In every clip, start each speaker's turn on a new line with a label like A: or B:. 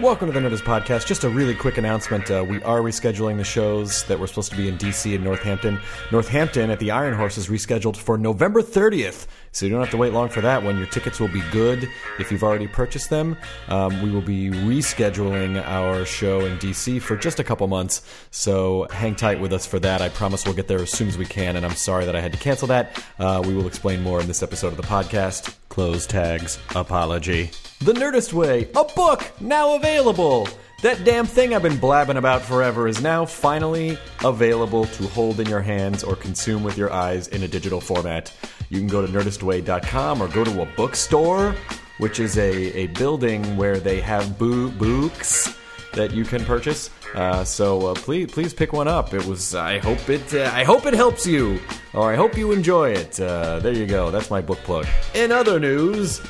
A: Welcome to the Notice Podcast. Just a really quick announcement. Uh, we are rescheduling the shows that were supposed to be in DC and Northampton. Northampton at the Iron Horse is rescheduled for November 30th. So you don't have to wait long for that one. Your tickets will be good if you've already purchased them. Um, we will be rescheduling our show in DC for just a couple months. So hang tight with us for that. I promise we'll get there as soon as we can. And I'm sorry that I had to cancel that. Uh, we will explain more in this episode of the podcast. Close tags, apology. The Nerdist Way, a book now available. That damn thing I've been blabbing about forever is now finally available to hold in your hands or consume with your eyes in a digital format. You can go to nerdistway.com or go to a bookstore, which is a, a building where they have boo- books that you can purchase. Uh, so uh, please please pick one up. It was I hope it uh, I hope it helps you or I hope you enjoy it. Uh, there you go. That's my book plug. In other news,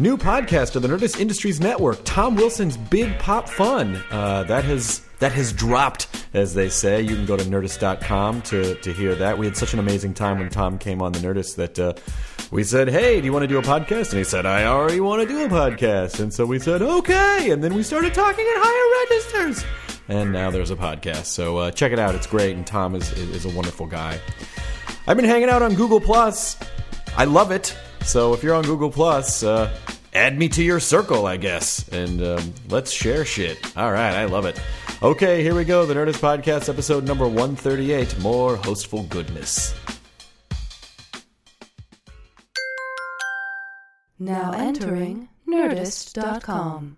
A: new podcast of the Nerdist Industries Network, Tom Wilson's Big Pop Fun. Uh, that has that has dropped, as they say. You can go to nerdist.com to to hear that. We had such an amazing time when Tom came on the Nerdist that. Uh, we said, "Hey, do you want to do a podcast?" And he said, "I already want to do a podcast." And so we said, "Okay." And then we started talking at higher registers, and now there's a podcast. So uh, check it out; it's great. And Tom is is a wonderful guy. I've been hanging out on Google Plus. I love it. So if you're on Google Plus, uh, add me to your circle, I guess, and um, let's share shit. All right, I love it. Okay, here we go. The Nerdist Podcast, episode number 138. More hostful goodness.
B: Now entering Nerdist.com.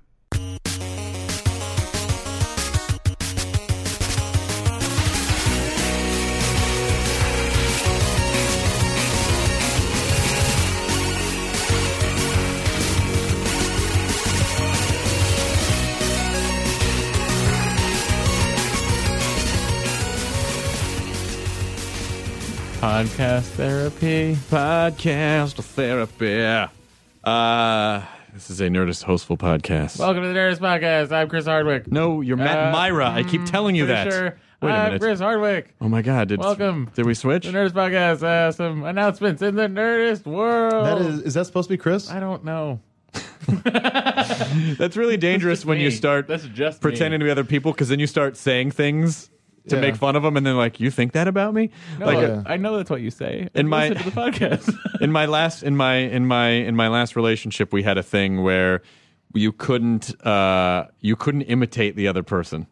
C: Podcast therapy. Podcast therapy. Uh, this is a Nerdist hostful podcast.
D: Welcome to the Nerdist Podcast. I'm Chris Hardwick.
C: no, you're Matt
D: Uh,
C: Myra. I keep telling you
D: Pretty
C: that.
D: Sure.
C: Wait a
D: I'm
C: minute.
D: Chris Hardwick.
C: Oh my God! Did,
D: Welcome.
C: Did we switch?
D: The Nerdist Podcast. Uh, some announcements in the Nerdist world.
A: Oh.
E: That is, is that supposed to be Chris?
D: I don't know.
C: That's really dangerous when you
D: me.
C: start
D: That's just me.
C: pretending to be other people because then you start saying things to
E: Yeah.
C: make fun of them, and then like you think that about me.
D: No,
C: like
E: uh,
C: uh,
D: I know that's what you say.
C: In my-
D: Listen to the podcast.
C: in my last in my in my in my last relationship, we had a thing where you couldn't uh, you couldn't imitate the other person.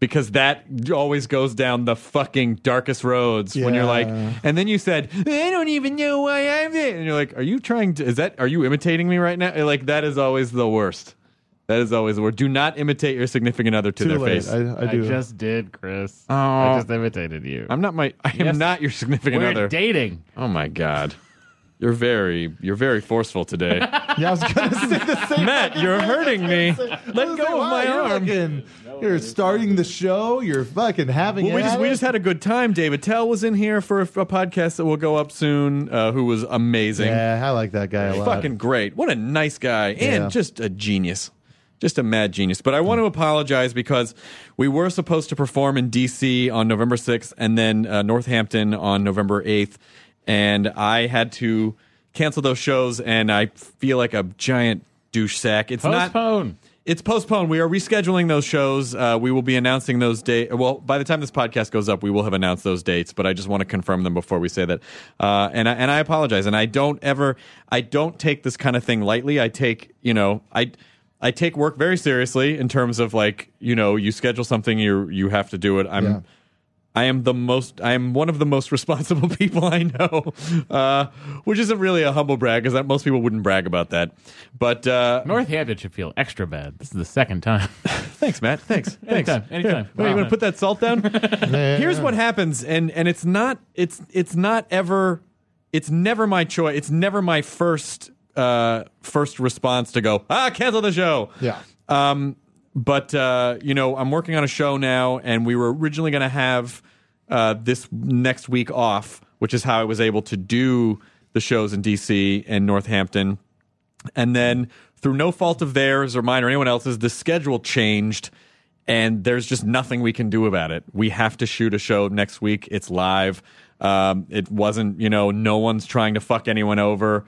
C: because that always goes down the fucking darkest roads when you're like
E: Yeah.
C: and then you said i don't even know why i'm it and you're like are you trying to is that are you imitating me right now like that is always the worst that is always the worst do not imitate your significant other to
E: Too
C: their
E: late.
C: face
E: I, I
D: I
E: do.
D: just did, Chris.
C: Oh.
D: I just imitated you.
C: i'm not my i am
D: Yes.
C: not your significant
D: We're
C: other
D: dating.
C: oh my god you're very you're very forceful today
E: yeah, I was gonna say the same.
C: matt you're hurting me let go of my
E: you're
C: arm
E: Fucking, you're starting the show. You're fucking having
C: Well, we
E: it.
C: just we just had a good time. David Tell was in here for a, a podcast that will go up soon. Uh, who was amazing,
E: Yeah, I like that guy a lot.
C: fucking great. What a nice guy, and
E: Yeah. Mm.
C: just a genius.
A: Just a mad genius. But I want to apologize because we were supposed to perform in DC on November 6th and then uh, Northampton on November 8th. And I had to cancel those shows, and I feel like a giant douche sack. It's not.
D: Postpone.
A: It's postponed. We are rescheduling those shows. Uh, we will be announcing those dates. Well, by the time this podcast goes up, we will have announced those dates. But I just want to confirm them before we say that. Uh, and I, and I apologize. And I don't ever. I don't take this kind of thing lightly. I take you know I. I take work very seriously in terms of like you know you schedule something you you have to do it. I'm
E: Yeah.
A: I am the most. I am one of the most responsible people I know, uh, which isn't really a humble brag because most people wouldn't brag about that. But uh,
D: Northampton should feel extra bad. This is the second time.
A: Thanks, Matt. Thanks. Thanks.
D: Anytime, anytime.
A: Wait, you
D: Wow.
A: want to put that salt down? Here's what happens, and and it's not it's it's not ever it's never my choice. It's never my first uh first response to go ah cancel the show.
E: Yeah.
A: Um, but uh, you know, I'm working on a show now, and we were originally going to have uh, this next week off, which is how I was able to do the shows in DC and Northampton. And then, through no fault of theirs or mine or anyone else's, the schedule changed, and there's just nothing we can do about it. We have to shoot a show next week. It's live. Um, it wasn't, you know, no one's trying to fuck anyone over.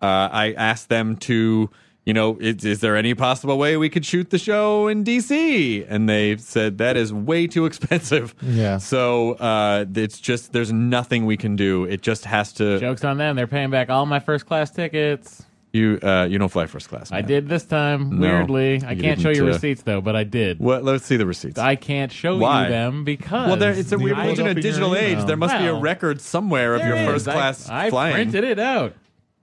A: Uh, I asked them to, you know, is, is there any possible way we could shoot the show in DC? And they said that is way too expensive.
E: Yeah.
A: So uh, it's just there's nothing we can do. It just has to.
D: Jokes on them. They're paying back all my first class tickets.
A: You uh, you don't fly first class.
D: I
A: Matt.
D: did this time.
A: No,
D: weirdly, I
A: you
D: can't show
A: didn't,
D: you
A: uh,
D: receipts though, but I did.
A: Well, let's see the receipts.
D: I can't show
A: Why?
D: you them because
A: well, there, it's a,
E: You
A: we
E: pulled
A: live in
E: up
A: a
E: in your
A: digital age.
E: email.
A: There must be a
D: Well,
A: record somewhere of your
D: There
A: first
D: is. I-
A: class
D: I,
A: flying.
D: printed it out.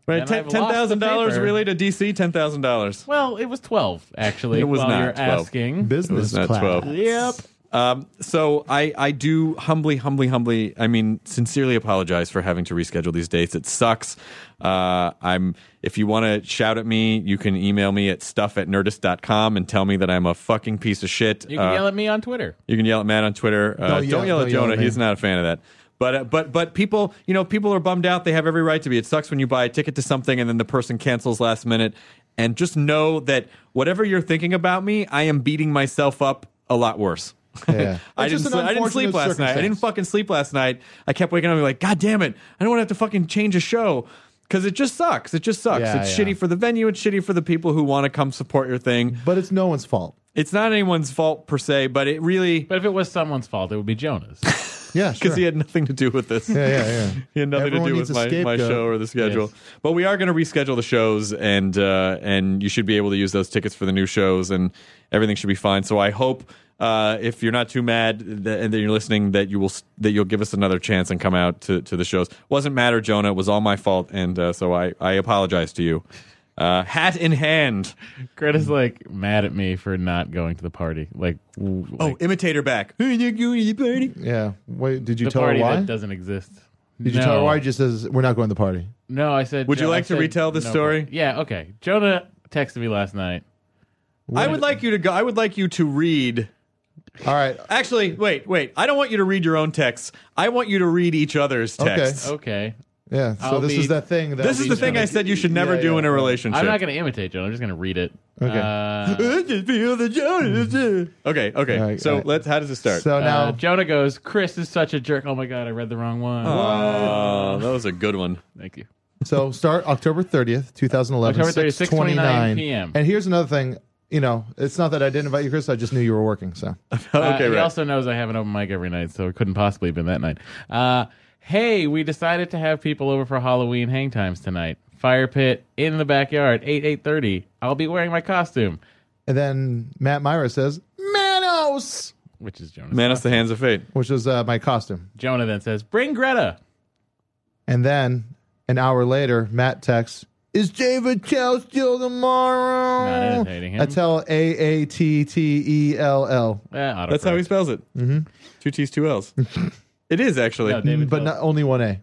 A: Right,
D: and
A: ten
D: I've lost
A: thousand dollars
D: the paper.
A: really to DC. Ten thousand dollars.
D: Well, it was twelve actually.
A: It was
D: while
A: not
D: you're
A: 12.
D: asking.
E: Business
A: not
E: class.
A: 12.
D: Yep.
A: Um, so I, I do humbly, humbly, humbly, I mean, sincerely apologize for having to reschedule these dates. It sucks. Uh, I'm, if you want to shout at me, you can email me at stuff at nerdist.com and tell me that I'm a fucking piece of shit.
D: You can
A: Uh,
D: yell at me on Twitter.
A: you can yell at Matt on Twitter. Uh,
E: Don't
A: don't,
E: yell-
A: yell at
E: don't yell at
A: Jonah.
E: me.
A: He's not a fan of that. But uh, but but people, you know, people are bummed out. They have every right to be. It sucks when you buy a ticket to something and then the person cancels last minute. And just know that whatever you're thinking about me, I am beating myself up a lot worse.
E: Yeah.
A: I
E: It's just
A: didn't.
E: an
A: sl- I didn't sleep
E: unfortunate
A: last night. I didn't
E: circumstance.
A: fucking sleep last night. I kept waking up and be like, God damn it! I don't want to have to fucking change a show because it just sucks. It just sucks.
E: Yeah,
A: it's
E: yeah.
A: shitty for the venue. It's shitty for the people who want to come support your thing.
E: But it's no one's fault.
A: It's not anyone's fault per se, but it really
D: But if it was someone's fault, it would be Jonah's.
E: Yeah,
A: because
E: sure.
A: he had nothing to do with this.
E: yeah, yeah, yeah.
A: He had nothing
E: Everyone
A: to do
E: needs
A: with
E: a
A: my, my
E: scapegoat.
A: show or the schedule. But we are going to reschedule the shows, and uh, and you should be able to use those tickets for the new shows, and everything should be fine. So I hope uh, if you're not too mad that, and that you're listening, that you will s- that you'll give us another chance and come out to, to the shows. Wasn't matter, Jonah. It was all my fault, and uh, so I I apologize to you. Uh, hat in hand.
D: Crit is like mad at me for not going to the party. Like, w-
A: Oh,
D: like,
A: imitator back. Well,
E: Yeah. Wait, did you
D: the
E: tell her
D: party
E: why?
D: that doesn't exist.
E: Did you
D: no.
E: tell her why? It Just says we're not going to the party.
D: No, I said.
A: Would you
D: Jo- I
A: like to
D: said
A: retell this
D: no.
A: story?
D: Yeah. Okay. Jonah texted me last night.
A: I would like you to go. I would like you to read
E: All right.
A: Actually, wait, wait. I don't want you to read your own texts. I want you to read each other's
E: Okay.
A: texts.
D: Okay.
E: Yeah. So
D: I'll
E: this
D: be-
E: is that thing. That
A: This is
E: we-
A: the thing I said you should never
E: Yeah,
A: do
E: yeah,
A: in a
E: yeah.
A: relationship.
D: I'm not going to imitate Jonah. I'm just going to read it.
E: Okay.
D: Uh,
A: Okay, okay.
E: All right,
A: so
E: all right.
A: let's. How does it start?
E: So now,
D: uh, Jonah goes. Chris is such a jerk. Oh my god, I read the wrong one.
A: Oh, that was a good one.
D: Thank you.
E: so start October 30th, 2011.
D: October 30th,
E: 6:29.
D: 6:29 p.m..
E: And here's another thing. You know, it's not that I didn't invite you, Chris. I just knew you were working. So
D: Uh,
A: okay,
D: he
A: right.
D: also knows I have an open mic every night, so it couldn't possibly have been that night. Uh, hey, we decided to have people over for Halloween hang times tonight. Fire pit in the backyard, eight eight thirty. I'll be wearing my costume,
E: and then Matt Myra says Manos,
D: which is Jonah.
A: Man, it's the hands of fate.
E: which was uh, my costume.
D: Jonah then says, "Bring Greta."
E: And then an hour later, Matt texts, Is David Chow still tomorrow?
D: Not imitating him.
E: I tell A A T T E L L.
D: Eh, autocorrect.
A: That's how he spells it. Mm-hmm. Two T's, two L's. it is actually.
D: No, Oh, David
E: But
D: Till.
E: not only one A.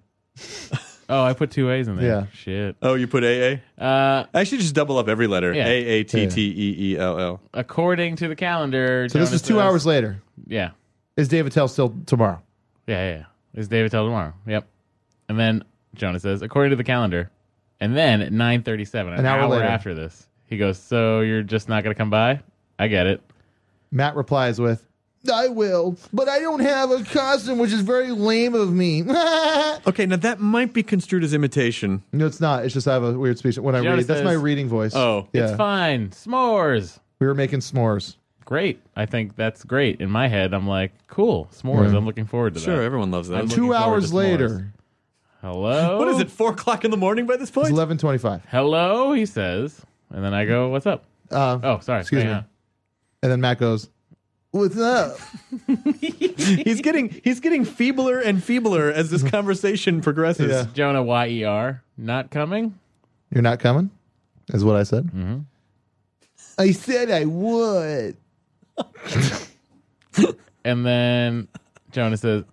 D: oh, I put two A's in there.
E: Yeah.
D: Shit.
A: oh, you put AA.
D: Uh,
A: Actually, just double up every letter. A
D: Yeah.
A: A T T E E L L.
D: according to the calendar,
E: So this
D: Jonah
E: is two
D: says-
E: hours later.
D: Yeah.
E: Is David Tell still tomorrow?
D: Yeah, yeah, yeah. It's David Tell tomorrow. Yep. And then Jonah says, according to the calendar, and then at nine thirty-seven, an,
E: An hour
D: hour,
E: later.
D: after this, He goes, "So you're just not gonna come by?" I get it.
E: Matt replies with, I will, but I don't have a costume, which is very lame of me. no,
A: Okay, now that might be construed as imitation.
E: it's not. It's just I have a weird speech. When I
D: Gianna
E: read, that's
D: says-
E: my reading voice.
A: Oh,
E: yeah.
D: It's fine. S'mores.
E: We were making s'mores.
D: Great. I think that's great. In my head, I'm like, cool. S'mores. I'm looking forward to
A: Sure,
D: that.
A: everyone loves that.
D: I'm
E: Two
D: looking forward
E: hours
D: to s'mores.
E: later,
D: Hello.
A: What is it? Four o'clock in the morning by this
E: it's
A: point?
E: eleven twenty-five.
D: Hello, he says, and then I go, "What's up?"
E: Uh,
D: Oh, sorry.
E: Excuse
D: hang
E: me.
D: on.
E: And then Matt goes, "What's up?"
A: he's getting he's getting feebler and feebler as this conversation progresses.
E: Yeah.
D: Jonah Y E R not coming.
E: You're not coming, is what I said. Mm-hmm. I said I would.
D: And then Jonah says,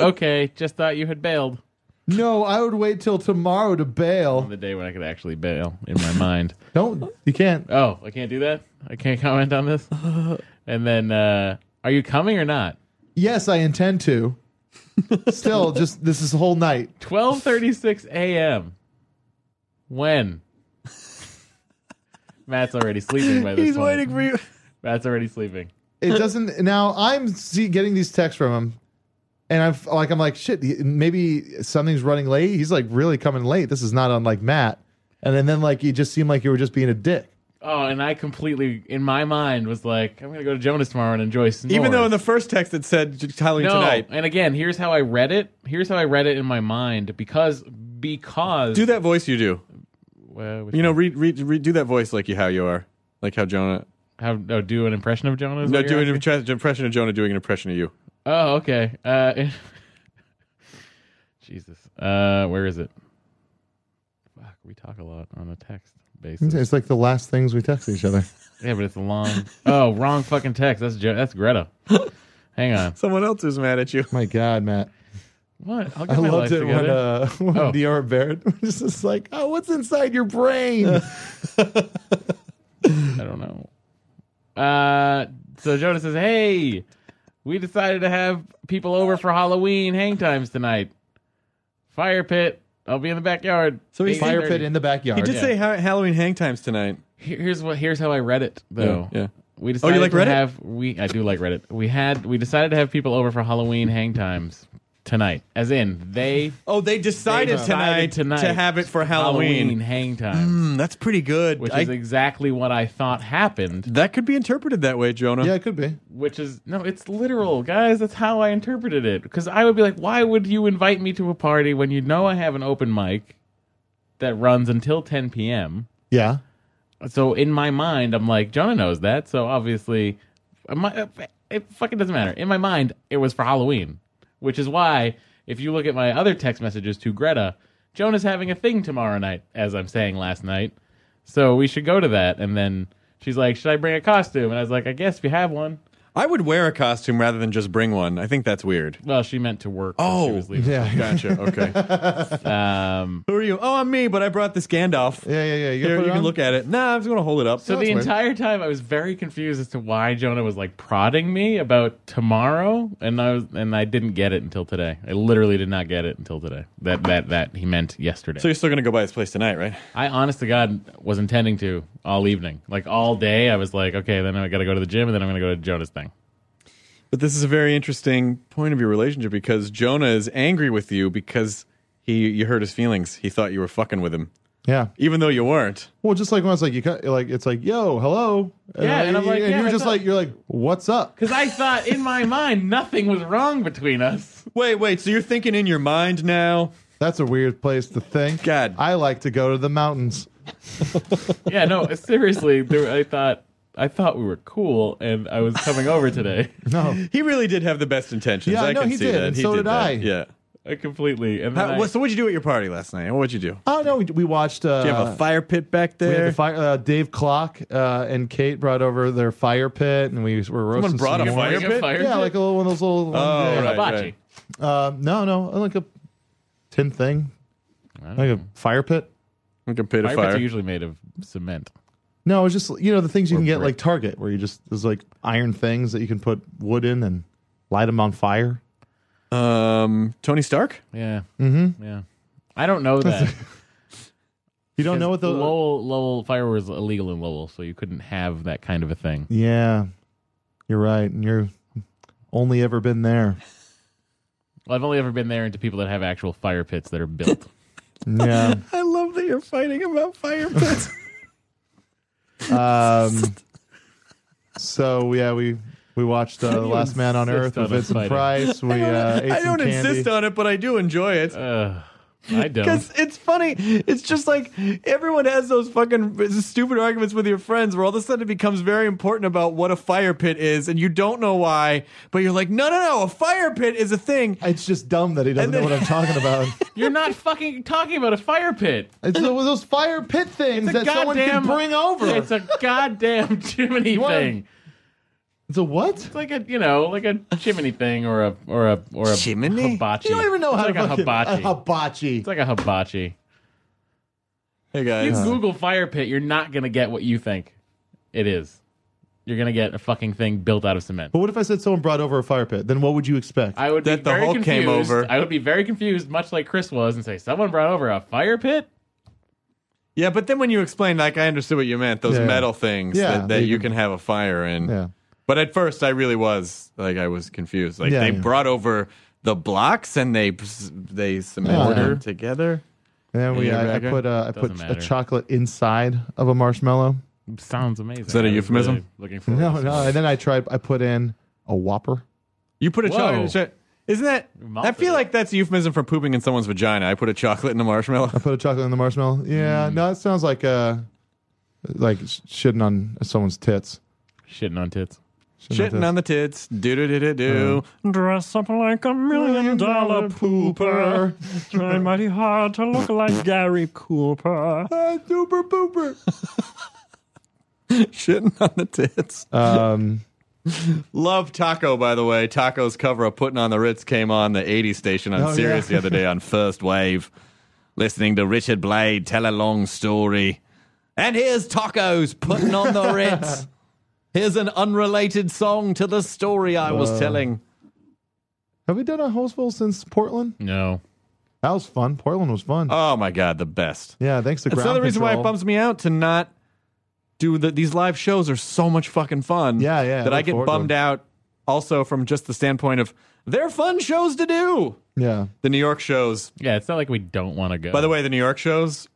D: "Okay, just thought you had bailed."
E: No, I would wait till tomorrow to bail.
D: The day when I could actually bail in my mind.
E: Don't you can't.
D: Oh, I can't do that. I can't comment on this. And then, uh, are you coming or not?
E: Yes, I intend to. Still, just this is the whole night.
D: Twelve thirty-six a.m. When? Matt's already sleeping by this
A: He's
D: point.
A: waiting for you.
D: Matt's already sleeping.
E: It doesn't. now I'm see, getting these texts from him, and I'm f- like, I'm like, shit. he- Maybe something's running late. He's like really coming late. This is not unlike Matt. And then, then like you just seemed like you were just being a dick.
D: Oh, and I completely, in my mind, was like, I'm gonna go to Jonas tomorrow and enjoy. S'mores.
A: Even though in the first text it said "J- Halloween
D: no,
A: tonight.
D: and again, here's how I read it. Here's how I read it in my mind because because
A: Do that voice you do.
D: Well, which-
A: You know, read read, read do that voice like you how you are. Like how Jonah
D: how oh, do an impression of Jonas.
A: No, do an impre- impression of Jonah doing an impression of you.
D: Oh, okay. Uh, Jesus, uh, where is it? Fuck, we talk a lot on a text basis.
E: It's like the last things we text each other.
D: yeah, but it's a long. Oh, wrong fucking text. That's jo- that's Greta. Hang on.
A: Someone else who's mad at you.
E: My God, Matt.
D: What? I'll
E: I
D: get my life
E: loved it
D: together.
E: when, uh, when
D: Oh.
E: Dior Barrett was just like, oh, what's inside your brain?
D: I don't know. Uh, so Jonah says, "Hey, we decided to have people over for Halloween hang times tonight. Fire pit. I'll be in the backyard.
A: So he's-
E: Fire
D: 8:30.
E: pit in the backyard.
A: He did say ha- Halloween hang times tonight.
D: Here's what. Here's how I read it though.
A: Yeah, yeah.
D: We decided
A: Oh, like
D: to
A: Reddit?
D: have we. I do like Reddit. We had we decided to have people over for Halloween hang times tonight. As in they
A: Oh, they decided,
D: decided
A: tonight, to have it for
D: Halloween
A: Halloween.
D: hang times,
A: Mm, that's pretty good.
D: which
A: I-
D: is exactly what I thought happened.
A: that could be interpreted that way, Jonah.
E: yeah, it could be.
D: which is no it's literal guys that's how i interpreted it because i would be like why would you invite me to a party when you know i have an open mic that runs until 10 p.m
E: Yeah.
D: so in my mind i'm like jonah knows that so obviously my, it fucking doesn't matter in my mind it was for halloween which is why if you look at my other text messages to greta jonah's having a thing tomorrow night as i'm saying last night so we should go to that and then she's like should i bring a costume and i was like i guess if you have one
A: I would wear a costume rather than just bring one. I think that's weird.
D: Well, she meant to work. when she
A: Oh,
D: was leaving.
E: Yeah.
A: Gotcha. Okay.
D: Um,
A: Who are you? Oh, I'm me, but I brought this Gandalf.
E: Yeah, yeah, yeah. You,
A: Here, you
E: gonna put it
A: can
E: on?
A: look at it. Nah, I'm just gonna hold it up.
D: so the
E: weird.
D: entire time, I was very confused as to why Jonah was like prodding me about tomorrow, and I was, and I didn't get it until today. I literally did not get it until today. That that that he meant yesterday.
A: so you're still gonna go by his place tonight, right?
D: I, honest to God, was intending to all evening, like all day. I was like, okay, then I got to go to the gym, and then I'm gonna go to Jonah's thing.
A: But this is a very interesting point of your relationship because Jonah is angry with you because he you hurt his feelings. He thought you were fucking with him,
E: Yeah.
A: even though you weren't.
E: Well, just like when it's like you cut, like it's like, yo, hello.
D: Yeah, and I'm like, yeah,
E: you're
D: I
E: just
D: thought-
E: like, you're like, what's up?
D: Because I thought in my mind nothing was wrong between us.
A: Wait, wait. So you're thinking in your mind now?
E: That's a weird place to think.
A: God.
E: I like to go to the mountains.
D: Yeah, no, seriously, there, I thought I thought we were cool, and I was coming over today.
E: No,
A: He really did have the best intentions.
E: Yeah, I
A: I
E: know,
A: can
E: he
A: see
E: did,
A: that.
E: and
A: He
E: so did
A: that.
E: I.
A: Yeah.
D: I completely and then
A: How-
D: I-
A: what- so what'd you do at your party last night? What'd you do?
E: oh no, we, we watched. Uh,
A: Do you have a fire pit back
E: we had
A: there?
E: the fire. Uh, Dave Clock uh, and Kate brought over their fire pit, and we were roasting.
A: Someone brought
E: some
A: a
E: more-
A: fire
D: Bring a
A: pit.
D: fire
E: Yeah,
D: pit?
E: like a little one of those little.
A: Oh,
E: yeah.
A: right.
D: hibachi.
E: Uh, no, no, like a tin thing, like a fire pit.
A: Like a pit
D: Fire
A: of
D: pits
A: fire.
D: are usually made of cement.
E: No, it's just you know the things you
D: Or
E: can get
D: brick.
E: like Target, where you just there's like iron things that you can put wood in and light them on fire.
A: um, Tony Stark.
D: Yeah. Mm-hmm. Yeah. I don't know that.
E: You don't know what the
D: Lowell Lowell fire was illegal in Lowell, so you couldn't have that kind of a thing.
E: Yeah, you're right. And you're only ever been there.
D: Well, I've only ever been there into people that have actual fire pits that are built.
E: Yeah.
A: I love that you're fighting about fire pits.
E: Um, so yeah, we we watched uh, The
D: You
E: Last Man on
D: insist
E: Earth
D: on
E: with
D: us
E: Vincent
D: fighting.
E: Price. We uh, ate
A: I
E: some
A: don't
E: candy. Oh.
A: insist on it, but I do enjoy it.
D: Ugh, I don't.
A: Because it's funny. It's just like everyone has those fucking stupid arguments with your friends where all of a sudden it becomes very important about what a fire pit is and you don't know why, but you're like, no, no, no, a fire pit is a thing.
E: It's just dumb that he
A: And
E: doesn't
A: then-
E: know what I'm talking about.
D: You're not fucking talking about a fire pit.
E: It's the- those fire pit things
D: It's a
E: that someone can
D: goddamn-
E: bring over.
D: It's a goddamn chimney
E: wanna-
D: thing.
E: It's a what?
D: It's like a you know like a chimney thing or a or a or a
A: Chimney?
D: hibachi.
E: You don't even know
D: it's
E: how
D: like
E: to
D: a
E: fucking,
D: hibachi.
E: A hibachi.
D: it's like a hibachi.
A: Hey
D: You
A: guys.
E: Uh-huh.
D: Google fire pit, you're not gonna get what you think it is. You're gonna get a fucking thing built out of cement.
E: but what if I said someone brought over a fire pit? Then what would you expect?
D: I would
A: That
D: be
A: the
D: very
A: Hulk
D: confused.
A: came over.
D: I would be very confused, much like Chris was, and say, "Someone brought over a fire pit."
A: Yeah, but then when you explained, like, I understood what you meant, those
E: Yeah.
A: metal things
E: Yeah,
A: that,
E: they
A: that you
E: can-
A: can have a fire in.
E: yeah.
A: But at first, I really was like, I was confused. Like,
E: Yeah,
A: they
E: yeah.
A: brought over the blocks and they they cemented
E: Yeah.
A: them together.
E: And then we,
A: Yeah,
E: I, I
A: okay.
E: put uh, I put
D: Doesn't
E: a
D: matter.
E: chocolate inside of a marshmallow.
D: Sounds amazing. Is
A: that a euphemism?
D: looking for
E: No, no. And then I tried. I put in a Whopper.
A: You put a
D: Whoa.
A: chocolate in a cho- Isn't that?
D: Mouth
A: I feel
D: it.
A: like that's a euphemism for pooping in someone's vagina. I put a chocolate in a marshmallow.
E: Put a chocolate in the marshmallow. Yeah.
A: Mm.
E: No, it sounds like uh, like sh- shitting on someone's tits.
D: Shitting on tits.
A: Shitting on the tits. Do do do do
E: Uh-huh.
A: do. Dress up like a million dollar pooper. Try mighty hard to look like Gary Cooper.
E: Ah, super pooper.
A: Shitting on the tits.
E: Um,
A: Love Taco, by the way. Taco's cover of Putting on the Ritz came on the 80 station on
E: Oh,
A: Sirius
E: yeah.
A: the other day on First Wave. Listening to Richard Blade tell a long story. And here's Tacos Putting on the Ritz. Here's an unrelated song to the story I was telling.
E: have we done a Hoseville since Portland?
D: No.
E: That was fun. Portland was fun.
A: Oh my God, the best.
E: yeah, thanks to
A: That's
E: ground
A: another reason why it
E: control.
A: bums me out to not do the, these live shows are so much fucking fun.
E: Yeah, yeah, I
A: That I
E: look
A: get
E: forward to
A: bummed
E: them.
A: out also from just the standpoint of they're fun shows to do.
E: Yeah,
A: The New York shows.
D: Yeah, it's not like we don't want to go.
A: By the way, the New York shows,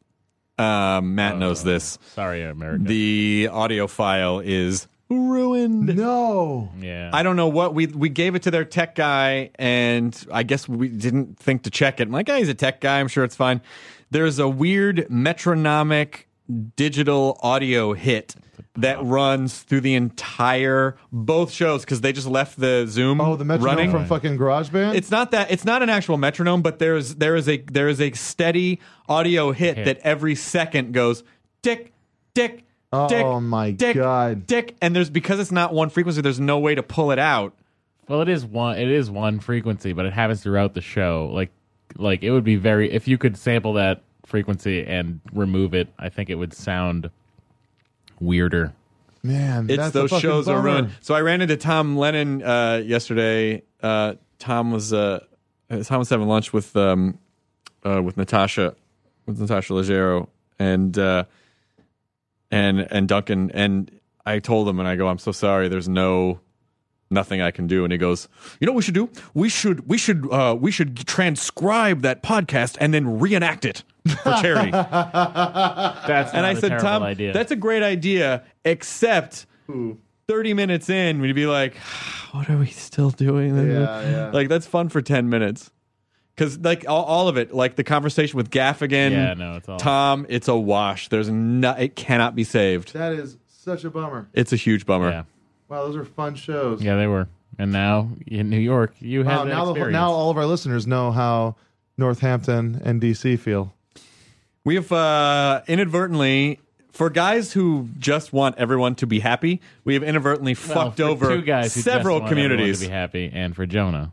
A: um, Matt knows this.
D: sorry, America.
A: The audio file is ruined.
E: no,
D: yeah,
A: I don't know what we we gave it to their tech guy, and I guess we didn't think to check it. I'm like, hey, he's a tech guy. I'm sure it's fine. There's a weird metronomic digital audio hit that runs through the entire both shows because they just left the Zoom.
E: oh, the metronome
A: running
E: from fucking GarageBand.
A: it's not that it's not an actual metronome, but there's there is a there is a steady audio hit, that every second goes tick, tick,
E: Oh,
A: tick,
E: my
A: tick,
E: God.
A: tick, and there's because it's not one frequency, there's no way to pull it out.
D: Well, it is one. It is one frequency, but it happens throughout the show. Like, like it would be very if you could sample that frequency and remove it. I think it would sound weirder.
E: man.
A: It's
E: that's a
A: those
E: fucking
A: shows
E: bummer.
A: are ruined. So I ran into Tom Lennon uh, yesterday. Uh, Tom was uh, Tom was having lunch with um, uh, with Natasha with Natasha Leggero and uh, and and Duncan and I told him and I go I'm so sorry. There's no nothing I can do. And he goes, you know what we should do? We should we should uh, we should transcribe that podcast and then reenact it for charity.
D: That's
A: And
D: not
A: I
D: a
A: said,
D: terrible
A: Tom,
D: idea.
A: that's a great idea, except 30 minutes in, we'd be like, what are we still doing?
E: Yeah, yeah.
A: Like, that's fun for 10 minutes. Because, like, all, all of it, like the conversation with Gaffigan,
D: Yeah, no, it's all-
A: Tom, it's a wash. There's no, it cannot be saved.
E: That is such a bummer.
A: It's a huge bummer.
D: yeah,
E: Wow, those are fun shows.
D: yeah, they were. And now in New York, you have
E: Wow,
D: that
E: now the,
D: experience.
E: now all of our listeners know how Northampton and DC feel.
A: We have uh, inadvertently, for guys who just want everyone to be happy, we have inadvertently
D: Well,
A: fucked
D: for
A: over
D: two guys who just
A: several
D: want everyone
A: communities.
D: to be happy, and for Jonah.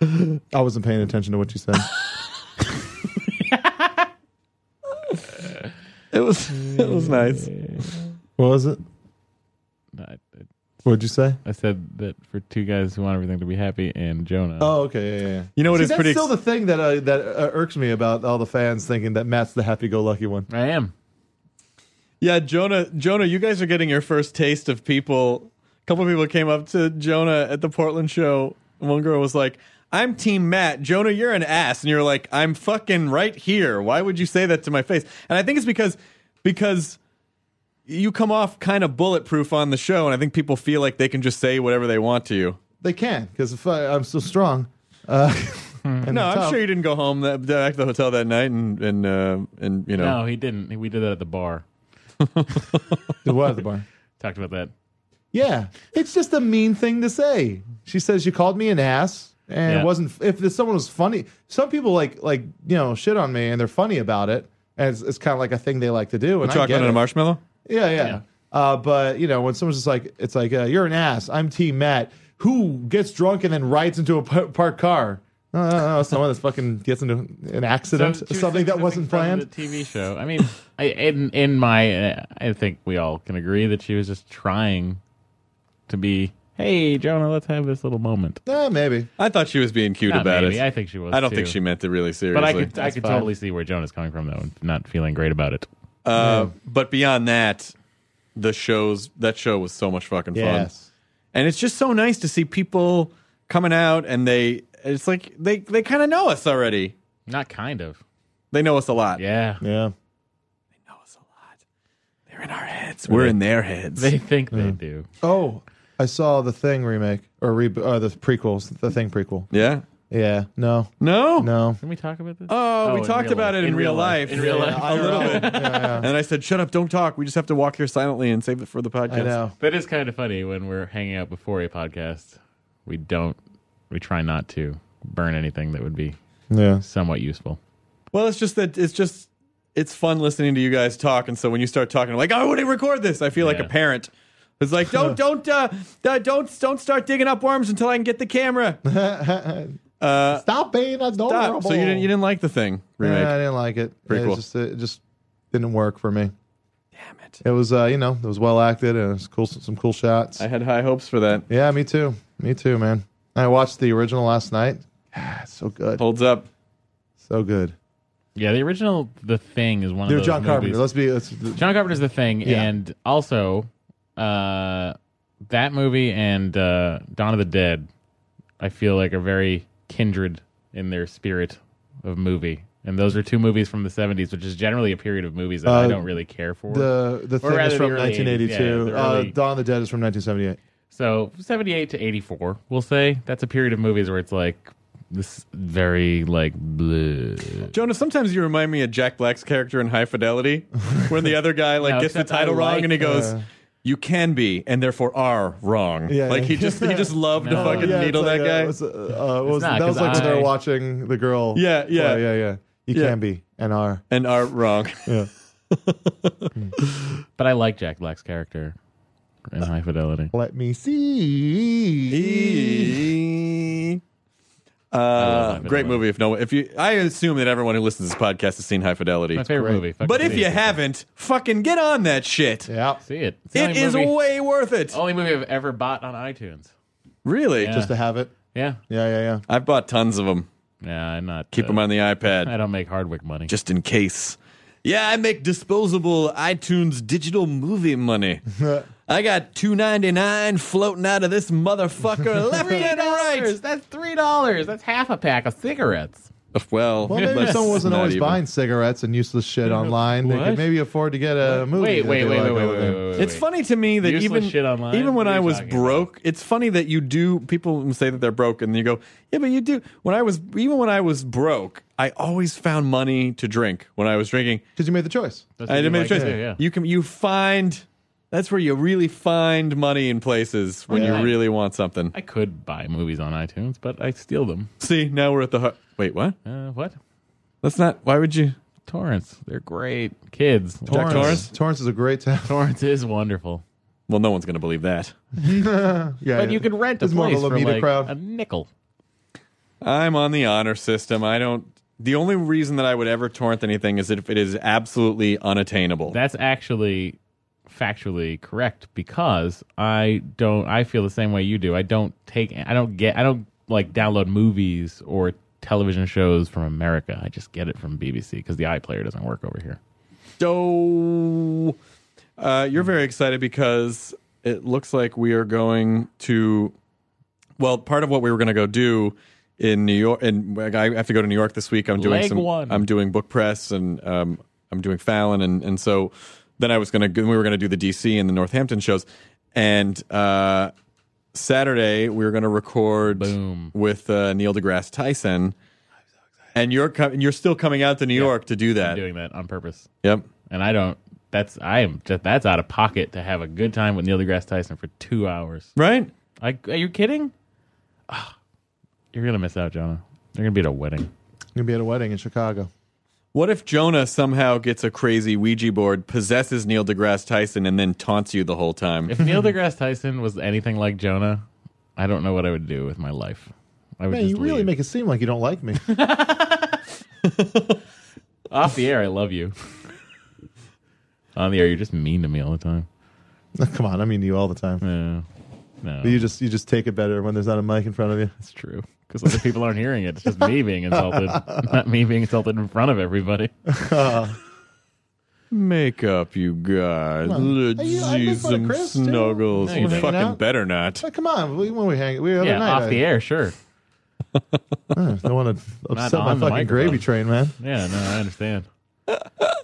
E: I wasn't paying attention to what you said.
A: It was, it was nice.
E: what was it?
D: I- I-
E: What'd you say?
D: I said that for two guys who want everything to be happy and Jonah.
E: Oh, okay, yeah, yeah. yeah.
A: You know what
E: See,
A: is
E: that's
A: pretty ex-
E: still the thing that uh, that uh, irks me about all the fans thinking that Matt's the happy-go-lucky one.
D: I am.
A: Yeah, Jonah, Jonah, you guys are getting your first taste of people. A couple of people came up to Jonah at the Portland show. One girl was like, "I'm Team Matt." Jonah, you're an ass, and you're like, "I'm fucking right here." Why would you say that to my face? And I think it's because because you come off kind of bulletproof on the show, and I think people feel like they can just say whatever they want to you.
E: They can because if I, I'm so strong. Uh, and
A: Hmm. No, I'm
E: tough.
A: sure you didn't go home that, back to the hotel that night, and and uh, and you know,
D: No, he didn't. We did that at the bar.
E: Did what at the bar?
D: Talked about that.
E: Yeah, it's just a mean thing to say. She says you called me an ass, and
D: Yeah.
E: it wasn't. If this- someone was funny, some people like like you know shit on me, and they're funny about it, and it's, it's kind of like a thing they like to do.
A: a
E: And I
A: chocolate
E: get
A: and
E: it.
A: a marshmallow.
E: Yeah, yeah.
D: Yeah.
E: Uh, but you know, when someone's just like, it's like uh, you're an ass. I'm Team Matt. Who gets drunk and then rides into a p- parked car? No, no, no. Someone that's fucking gets into an accident,
D: So she was saying
E: something that wasn't
D: from
E: planned.
D: The TV show. I mean, I, in in my, uh, I think we all can agree that she was just trying to be. Hey, Jonah, let's have this little moment.
E: Yeah, Eh, maybe.
A: I thought she was being cute
D: Not
A: about
D: maybe.
A: it.
D: I think she was.
A: I don't
D: too.
A: think she meant it really seriously.
D: But I could, I could
E: fine.
D: totally see where Jonah's coming from though, and not feeling great about it.
A: Uh, But beyond that, the shows that show was so much fucking fun,
E: Yes.
A: and it's just so nice to see people coming out and they. It's like they they kind of know us already.
D: Not kind of.
A: They know us a lot.
D: Yeah.
E: Yeah.
A: They know us a lot. They're in our heads. We're in their heads.
D: They think they do.
E: Oh, I saw the Thing remake or re- uh, the prequels, the Thing prequel.
A: yeah.
E: Yeah. No.
A: No.
E: No.
D: Can we talk about this?
A: Oh, we
D: in
A: talked
D: real
A: about
D: life.
A: it in, real life.
D: In real life.
A: a little bit. And then I said, "Shut up! Don't talk. We just have to walk here silently and save it for the podcast."
E: I know.
D: That is kind of funny when we're hanging out before a podcast. We don't. We try not to burn anything that would be
E: Yeah.
D: somewhat useful.
A: Well, it's just that it's just it's fun listening to you guys talk, and so when you start talking, I'm like, oh, I want to record this. I feel like
D: Yeah.
A: a parent. It's like don't don't uh, uh, don't don't start digging up worms until I can get the camera.
E: Stop being adorable.
A: Stop. So you didn't you didn't like the thing remake?
E: Yeah, I didn't like it.
A: Prequel.
E: It was just it just didn't work for me.
A: Damn it!
E: It was uh, you know, it was well acted and it was cool some cool shots.
A: I had high hopes for that.
E: yeah, me too. Me too, man. I watched the original last night. Ah, so good.
A: Holds up.
E: So good.
D: Yeah, the original The Thing is one
E: They're
D: of those
E: John Carpenter.
D: movies-
E: Let's be let's,
D: John Carpenter's The Thing,
E: Yeah.
D: and also uh, that movie and uh, Dawn of the Dead. I feel like are very kindred in their spirit of movie, and those are two movies from the '70s, which is generally a period of movies that I
E: Uh,
D: don't really care for.
E: the the
D: Or
E: thing is
D: rather
E: from
D: the early 80s,
E: 1982.
D: yeah, the
E: uh,
D: early-
E: Dawn of the Dead is from 1978.
D: So 78 to 84, we'll say that's a period of movies where it's like this very like bleh.
A: Jonah, sometimes you remind me of Jack Black's character in High Fidelity, when the other guy like
D: No,
A: gets the
D: except I
A: title wrong
D: like
A: and he goes,
E: the-
A: "You can be and therefore are wrong."
E: Yeah,
A: like he
E: yeah.
A: just he just loved to
D: No.
A: fucking
D: Yeah,
E: it's
A: needle
E: like,
A: that
E: uh,
A: guy.
E: it was, uh, uh, what was-
D: not,
E: that was
D: 'cause
E: like when they
D: I-
E: were watching the girl.
A: Yeah, yeah.
E: play. yeah, yeah. You
A: Yeah.
E: can be and are.
A: and are wrong.
E: Yeah.
D: But I like Jack Black's character in
E: Uh,
D: High Fidelity.
E: Let me
A: E.
E: see.
D: love High
A: Uh,
D: Fidelity.
A: great movie. If no, if you, I assume that everyone who listens to this podcast has seen High Fidelity.
D: My favorite movie. Fucking
A: But if
D: see
A: you
D: it.
A: haven't, fucking get on that shit.
E: Yeah.
D: see it, it's the
A: It
D: only
A: is
D: movie,
A: way worth it.
D: only movie I've ever bought on iTunes.
A: Really?
D: Yeah.
E: Just to have it.
D: Yeah,
E: Yeah, yeah, yeah.
A: I've bought tons of them.
D: yeah, I'm not uh,
A: Keep them on the
D: I
A: iPad
D: don't make Hardwick money.
A: just in case. Yeah, I make disposable iTunes digital movie money. I got two ninety nine floating out of this motherfucker left and right.
D: That's three dollars. That's half a pack of cigarettes.
A: Well,
E: Well, maybe
A: let's
E: if someone wasn't
A: not
E: always
A: even.
E: buying cigarettes and useless shit online, they
D: What?
E: could maybe afford to get a movie.
D: Wait,
E: that
D: wait,
E: they
D: wait,
E: like
D: wait, wait,
E: over
D: wait,
E: there.
D: wait, wait, wait.
A: It's funny to me that
D: Useless
A: even
D: shit online?
A: even when
D: What are
A: I
D: you
A: was
D: talking
A: broke, it's funny that you do. People say that they're broke, and you go, "Yeah, but you do." When I was even when I was broke, I always found money to drink. When I was drinking,
E: Because you made the choice.
D: That's
A: I
D: what
A: didn't
D: you
A: make a
D: like
A: choice.
D: to do, yeah.
A: You can you find that's where you really find money in places when
D: Yeah.
A: you really want something.
D: I could buy movies on iTunes, but I steal them.
A: See, now we're at the heart. Wait, what?
D: Uh, what?
A: That's not. Why would you?
D: Torrents. They're great kids.
A: Jack Torrance?
E: Torrance is a great town.
D: Torrance is wonderful.
A: Well, no one's going to believe that.
E: Yeah,
D: But
E: yeah.
D: you can rent a
E: It's more of a
D: place for
E: Lomita
D: like
E: crowd.
D: a nickel.
A: I'm on the honor system. I don't. The only reason that I would ever torrent anything is if it is absolutely unattainable.
D: That's actually factually correct because I don't. I feel the same way you do. I don't take. I don't get. I don't like download movies or television shows from America. I just get it from BBC because the iPlayer doesn't work over here.
A: So, uh, you're very excited because it looks like we are going to. Well, part of what we were going to go do in New York, and I have to go to New York this week. I'm doing
D: Leg
A: some.
D: one.
A: I'm doing book press, and um, I'm doing Fallon, and and so then I was going to. We were going to do the DC and the Northampton shows, and uh, Saturday we were going to record
D: Boom.
A: with uh, Neil deGrasse Tyson. And you're co- you're still coming out to New York to do that.
D: I'm doing that on purpose,
A: Yep.
D: and I don't. That's I am just that's out of pocket to have a good time with Neil deGrasse Tyson for two hours.
A: Right?
D: Like, are you kidding? Ah, you're gonna miss out, Jonah. You're gonna be at a wedding.
E: gonna be at a wedding in Chicago.
A: What if Jonah somehow gets a crazy Ouija board, possesses Neil deGrasse Tyson, and then taunts you the whole time?
D: If Neil deGrasse Tyson was anything like Jonah, I don't know what I would do with my life. I would
E: Man,
D: just
E: you really
D: leave.
E: make it seem like you don't like me.
D: off the air. I love you. On the air, you're just mean to me all the time.
E: Come on, I mean you all the time.
D: No, no,
E: But you just you just take it better when there's not a mic in front of you.
D: that's true. Because other people aren't hearing it. It's just me being insulted, not me being insulted in front of everybody.
A: Make up, you guys.
E: Well,
A: Let's
E: are you- I
A: see
E: make fun of
A: some
E: Chris, too?
A: snuggles.
E: No,
A: you
E: you're not.
A: fucking better not.
E: But come on, we, when we hang, we other
D: yeah,
E: night.
D: off
E: I,
D: the air, sure.
E: I don't want to upset my
D: on the
E: fucking gravy
D: microphone.
E: train, man.
D: Yeah, no, I understand.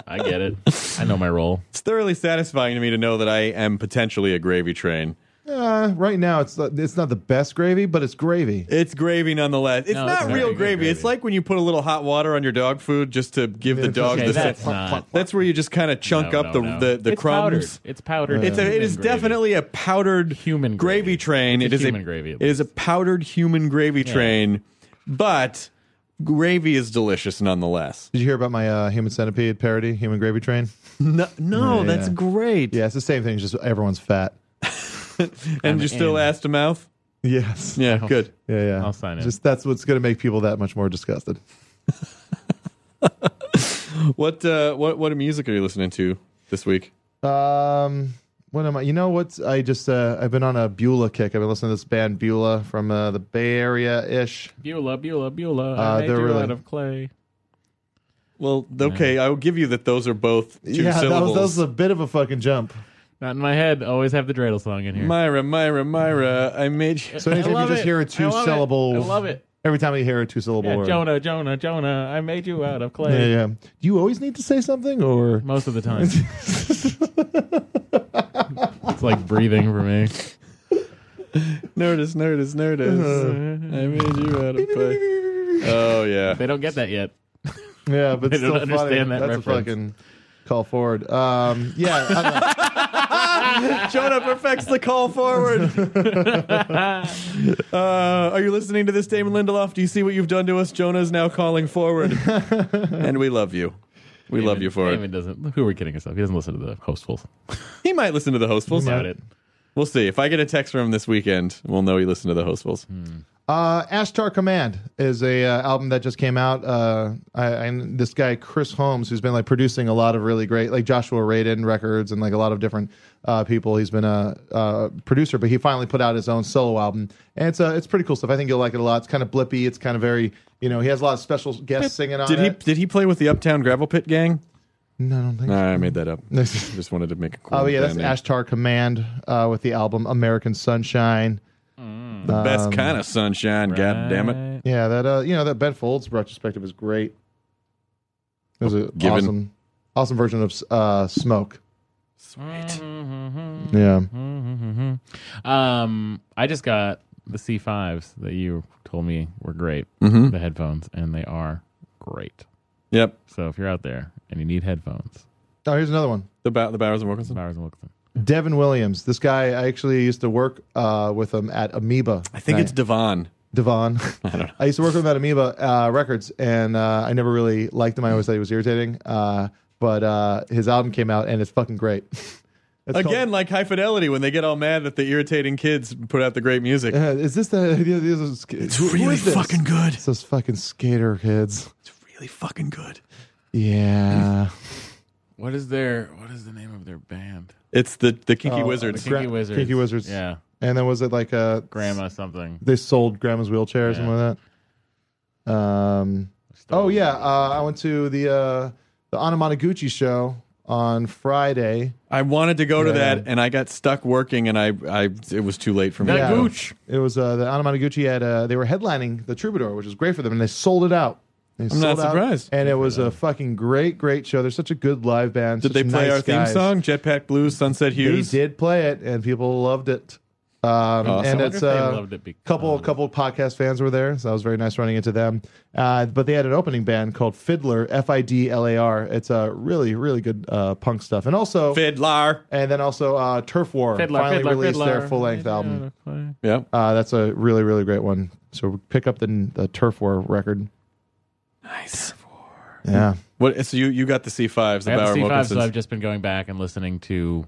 D: I get it. I know my role.
A: It's thoroughly satisfying to me to know that I am potentially a gravy train.
E: Uh, right now, it's not- it's not the best gravy, but it's gravy.
A: It's gravy nonetheless. It's
D: No,
A: not
D: it's very
A: real
D: good
A: gravy. It's
D: gravy.
A: like when you put a little hot water on your dog food just to give the
E: It's
A: dog
D: Okay,
A: the.
D: that's
A: That's,
D: not.
A: where you just kind of chunk
D: no,
A: up
D: no,
A: the,
D: no.
A: the the
D: it's
A: crumbs.
D: Powdered. It's powdered.
A: It's a, it is
D: human gravy.
A: definitely a powdered
D: Human
A: gravy,
D: gravy.
A: train.
D: It's
A: It
D: a
A: is
D: human gravy, at
A: It is a powdered human gravy train, but gravy is delicious nonetheless.
E: Did you hear about my uh, human centipede parody, human gravy train?
A: No, no
E: Yeah,
A: that's
E: yeah.
A: great.
E: Yeah, it's the same thing. Just everyone's fat.
A: And
D: I'm
A: you're still
D: in.
A: ass to mouth.
E: Yes.
A: Yeah, good.
E: Yeah, yeah.
D: I'll sign in.
E: Just that's what's going to make people that much more disgusted.
A: What uh, what what music are you listening to this week?
E: Um, what am I? You know what? I just uh, I've been on a Beulah kick. I've been listening to this band Beulah from uh, the Bay Area ish.
D: Beulah, Beulah, Beulah.
E: Uh,
D: I made
E: they're
D: you
E: really-
D: out of clay.
A: Well, okay, I will give you that. Those are both two
E: Yeah, that was,
A: syllables.
E: that was a bit of a fucking jump.
D: Not in my head. Always have the dreidel song in here.
A: Myra, Myra, Myra. I made you.
E: So anytime you
D: love
E: just
D: it.
E: hear
D: I
E: a
D: love it.
E: two syllable,
D: I love it.
E: Every time you hear a two syllable
D: yeah,
E: word,
D: Jonah, Jonah, Jonah. I made you out of
E: yeah,
D: clay.
E: yeah. Do you always need to say something, or
D: Most of the time. it's like breathing for me.
A: Nerdist, nerdist, nerdist. I made you out of play. Oh yeah.
D: They don't get that yet.
E: yeah? But
D: I don't
E: it's still funny.
D: understand that
E: That's a
D: reference.
E: fucking call forward. Um, yeah, I don't know.
A: Jonah perfects the call forward. uh, are you listening to this, Damon Lindelof? Do you see what you've done to us? Jonah is now calling forward. and we love you. We love you for
D: Damon doesn't. Who are we kidding ourselves? He doesn't listen to the hostfuls.
A: it. He might listen to the Hostfuls.
D: Doubt it.
A: We'll see. If I get a text from him this weekend, we'll know he listened to the Hostfuls.
D: Hmm.
E: Uh, Ashtar Command is a uh, album that just came out. Uh, I, and this guy Chris Holmes, who's been like producing a lot of really great, like Joshua Radin records and like a lot of different uh, people. He's been a, uh producer, but he finally put out his own solo album, and it's uh, it's pretty cool stuff. I think you'll like it a lot. It's kind of blippy. It's kind of very, you know, he has a lot of special guests singing on
A: Did he?
E: it.
A: Did he play with the Uptown Gravel Pit Gang?
E: No, I don't think. so.
A: Nah, I made that up. Just wanted to make a cool.
E: Oh yeah, that's
A: band name.
E: Ashtar Command uh, with the album American Sunshine.
A: Mm. the
E: um,
A: best kind of sunshine. God damn it!
D: Right.
E: Yeah, that uh, you know that Ben Folds retrospective is great. It was an
A: Given.
E: awesome, awesome version of uh, Smoke. Sweet. Yeah,
D: Mm-hmm, Um, I just got the C5s that you told me were great, the headphones, and they are great.
A: Yep.
D: So if you're out there and you need headphones,
E: oh, here's another one.
A: The ba- the Bowers and Wilkinson.
D: Bowers and Wilkinson.
E: Devin Williams. This guy, I actually used to work uh, with him at Amoeba.
A: I think it's Devon.
E: Devon. I don't know. I used to work with him at Amoeba uh, Records, and uh, I never really liked him. I always thought he was irritating. Uh, but uh, his album came out, and it's fucking great. It's called-
A: Again, like High Fidelity, when they get all mad that the irritating kids put out the great music.
E: Uh, is this the? It's
A: good.
E: It's those fucking skater kids.
A: It's really fucking good.
E: Yeah.
D: What is their What is the name of their band?
A: It's the the Kinky
E: Oh,
A: Wizards.
E: the Gra-
D: Kinky Wizards.
E: Kinky Wizards.
D: Yeah.
E: And then was it like a
D: Grandma something.
E: They sold grandma's wheelchair or
D: Yeah.
E: something like that. Um.
D: Stole
E: Oh yeah,
D: it.
E: uh, I went to the uh, the Anamanaguchi show on Friday.
A: I wanted to go to
E: Yeah.
A: that, and I got stuck working, and I, I it was too late for me.
E: Yeah.
D: Gooch.
E: It was uh, the Anamanaguchi had uh, they were headlining the Troubadour, which was great for them, and they sold it out. They
A: I'm not
E: sold out,
A: surprised.
E: and it was a fucking great, great show. They're such a good live band.
A: Did they
E: such
A: play
E: nice
A: our theme
E: guys.
A: song, Jetpack Blues, Sunset
E: They
A: Hughes?
E: did play it, and people loved it. Um,
A: Awesome.
E: And
A: I
E: it's
D: wonder if they
E: uh,
D: loved it because-
E: couple couple podcast fans were there, so that was very nice running into them. Uh, but they had an opening band called Fiddler, F I D L A R. It's uh, really really good uh, punk stuff, and also
A: Fiddler.
E: and then also uh, Turf War
D: Fiddler,
E: finally
D: Fiddler,
E: released
D: Fiddler.
E: their full length album.
A: Yeah.
E: Uh, that's a really really great one. So pick up the, the Turf War record.
A: Nice.
E: Yeah,
A: What? So you you got the C5s, the
D: I
A: Bauer
D: have the C5, so
A: Wilkinsons.
D: I've just been going back and listening to,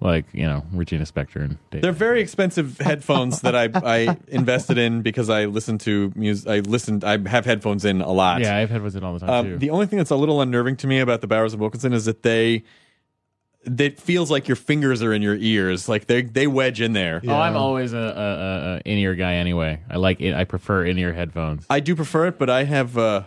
D: like, you know, Regina Spektor and Dave.
A: They're very expensive headphones that I, I invested in because I listen to music. I listened. I have headphones in a lot.
D: yeah, I've had was it all the time, too.
A: Um, the only thing that's a little unnerving to me about the Bowers and Wilkinson is that they, it feels like your fingers are in your ears. Like they they wedge in there.
D: Oh, I'm always a, a, a, a in-ear guy anyway. I like it. I prefer in-ear headphones.
A: I do prefer it, but I have uh,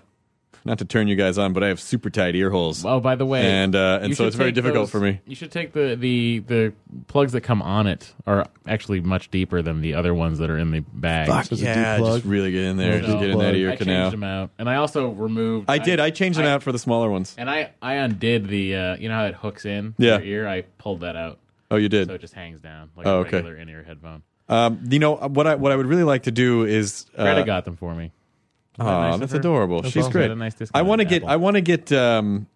A: not to turn you guys on, but I have super tight ear holes.
D: Oh, by the way,
A: And, uh, and
D: you
A: so
D: should
A: it's very
D: take
A: difficult
D: those-
A: for me.
D: You should take the the the plugs that come on it are actually much deeper than the other ones that are in the bag.
A: Fuck
E: So it's a
A: yeah!
E: deep
A: Just
E: plug?
A: really get in there,
D: So
A: just get in that
E: plug.
A: ear
D: I changed
A: canal.
D: them out, and I also removed.
A: I did. I changed them out for the smaller ones.
D: and I I undid the uh, you know how it hooks in
A: Yeah.
D: your ear. I pulled that out,
A: Oh, you did.
D: so it just hangs down like
A: Oh,
D: a
A: okay.
D: regular in-ear headphone.
A: Um, you know what I what I would really like to do is uh,
D: Greta got them for me.
A: aw,
D: nice of
A: that's
D: her?
A: adorable. She's
D: awesome.
A: great.
D: Got a nice discount
A: I want to
D: at
A: get
D: Apple.
A: I want to get um,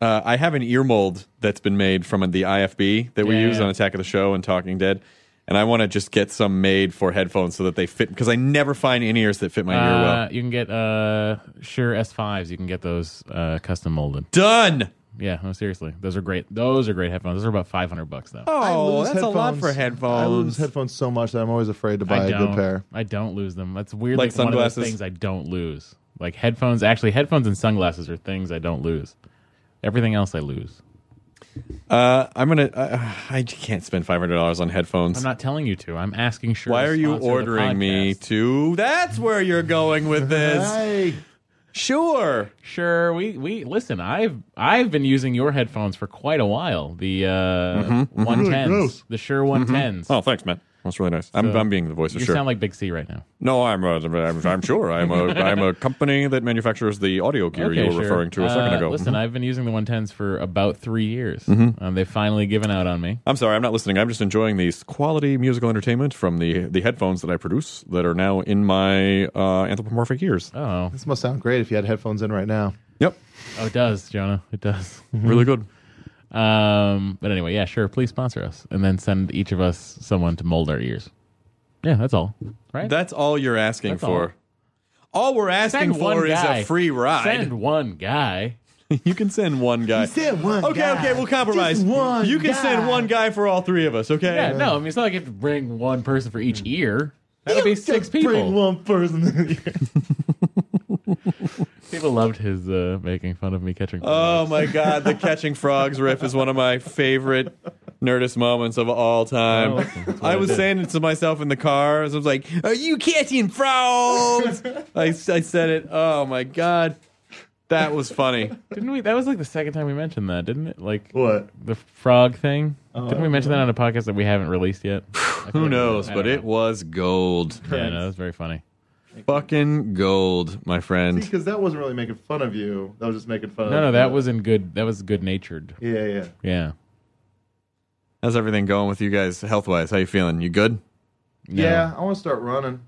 A: uh, I have an ear mold that's been made from the IFB that we
D: Yeah.
A: use on Attack of the Show and Talking Dead. And I want to just get some made for headphones so that they fit because I never find in ears that fit my ear
D: Uh,
A: well.
D: you can get uh Sure S5s. You can get those uh, custom molded.
A: Done.
D: Yeah, no, seriously, those are great. Those are great headphones. Those are about five hundred bucks though.
E: I
A: Oh,
E: lose
A: that's a lot for
E: I lose
A: headphones.
E: headphones so much that I'm always afraid to buy
D: I
E: a
D: don't.
E: good pair.
D: I don't lose them. That's weird.
A: Like
D: Like, one of those
A: sunglasses?
D: things I don't lose. Like headphones. Actually, headphones and sunglasses are things I don't lose. Everything else I lose.
A: Uh, I'm gonna. Uh, I can't spend five hundred dollars on headphones.
D: I'm not telling you to. I'm asking sure.
A: Why
D: to
A: are you
D: sponsor the
A: ordering me
D: podcast.
A: to? That's where you're going with this.
E: Hey,
A: Sure.
D: Sure. We we listen. I've I've been using your headphones for quite a while. The uh one
E: gross.
D: tens. The Sure one tens.
A: Mm-hmm, Oh, thanks, man. That's really nice. I'm, I'm being the voice of
D: You
A: sure.
D: sound like Big C right now.
A: no, I'm, uh, I'm. I'm sure. I'm a. I'm a company that manufactures the audio gear you were
D: sure.
A: referring to a second
D: Uh,
A: ago. Mm-hmm.
D: Listen, I've been using the 110s for about three years. Um, they've finally given out on me.
A: I'm sorry. I'm not listening. I'm just enjoying these quality musical entertainment from the the headphones that I produce that are now in my uh, anthropomorphic ears.
D: Oh,
E: this must sound great if you had headphones in right now.
A: Yep.
D: oh, it does, Jonah. It does.
A: Really good.
D: Um, but anyway, yeah, sure. Please sponsor us, and then send each of us someone to mold our ears. Yeah, that's all. Right?
A: That's all you're asking
D: That's
A: for. All. we're asking
D: Send one
A: for is
D: guy.
A: a free ride.
D: Send one guy.
A: You can send one guy.
E: send one
A: okay,
E: guy.
A: okay, we'll compromise.
E: Just one
A: you can send
E: guy.
A: one guy for all three of us, okay?
D: Yeah, no, I mean it's not like you have to bring one person for each ear. That would be six
E: Just Bring
D: people.
E: one person.
D: People loved his uh, making fun of me catching.
A: Oh my god, the catching frogs riff is one of my favorite Nerdist moments of all time.
D: Oh, awesome. That's what
A: I
D: I
A: was
D: did.
A: saying it to myself in the car. as I was like, "Are you catching frogs?" I, I said it. Oh my god, that was funny.
D: Didn't we? That was like the second time we mentioned that, didn't it? Like
E: what?
D: the frog thing. Didn't we mention that on a podcast that we haven't released yet? I feel like
A: Who
D: we
A: knows?
D: did. I
A: But
D: don't
A: it
D: know.
A: was gold,
D: Yeah, no, that's very funny.
A: fucking gold, my friend.
E: Because that wasn't really making fun of you. That was just making fun.
D: No, no, that was in good. That was good natured.
E: Yeah, yeah.
D: Yeah.
A: How's everything going with you guys health wise? How you feeling? You good?
D: No.
E: Yeah, I want to start running.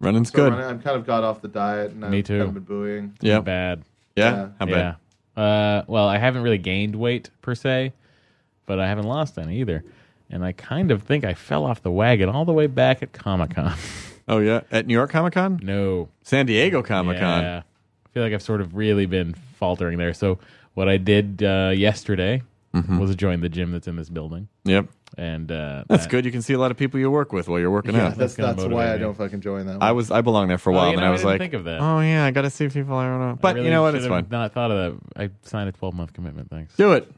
A: Running's
E: Start
A: good.
E: Running. I've kind of got off the diet, and
D: Me
E: I've
D: too.
E: kind of been buoying.
A: Yeah.
D: Bad.
A: Yeah. How bad?
D: Yeah. Uh, well, I haven't really gained weight per se, but I haven't lost any either. And I kind of think I fell off the wagon all the way back at Comic Con.
A: Oh yeah, at New York Comic Con,
D: no.
A: San Diego Comic Con.
D: Yeah. I feel like I've sort of really been faltering there. So what I did uh, yesterday
A: Mm-hmm.
D: was join the gym that's in this building,
A: Yep,
D: and uh,
A: that's
D: that-
A: good. You can see a lot of people you work with while you're working out.
E: that's
D: gonna
E: that's
D: motivate
E: why I
D: me.
E: don't fucking join that. One.
A: I was I belonged there for a
D: Oh,
A: while,
D: you
A: and
D: know,
A: I
D: I
A: was
D: didn't
A: like,
D: think of that.
A: oh yeah, I got to see people I don't know.
D: I
A: But
D: really
A: you know what? It's
D: should have
A: fine.
D: Not thought of that. I signed a twelve month commitment. Thanks.
A: Do it.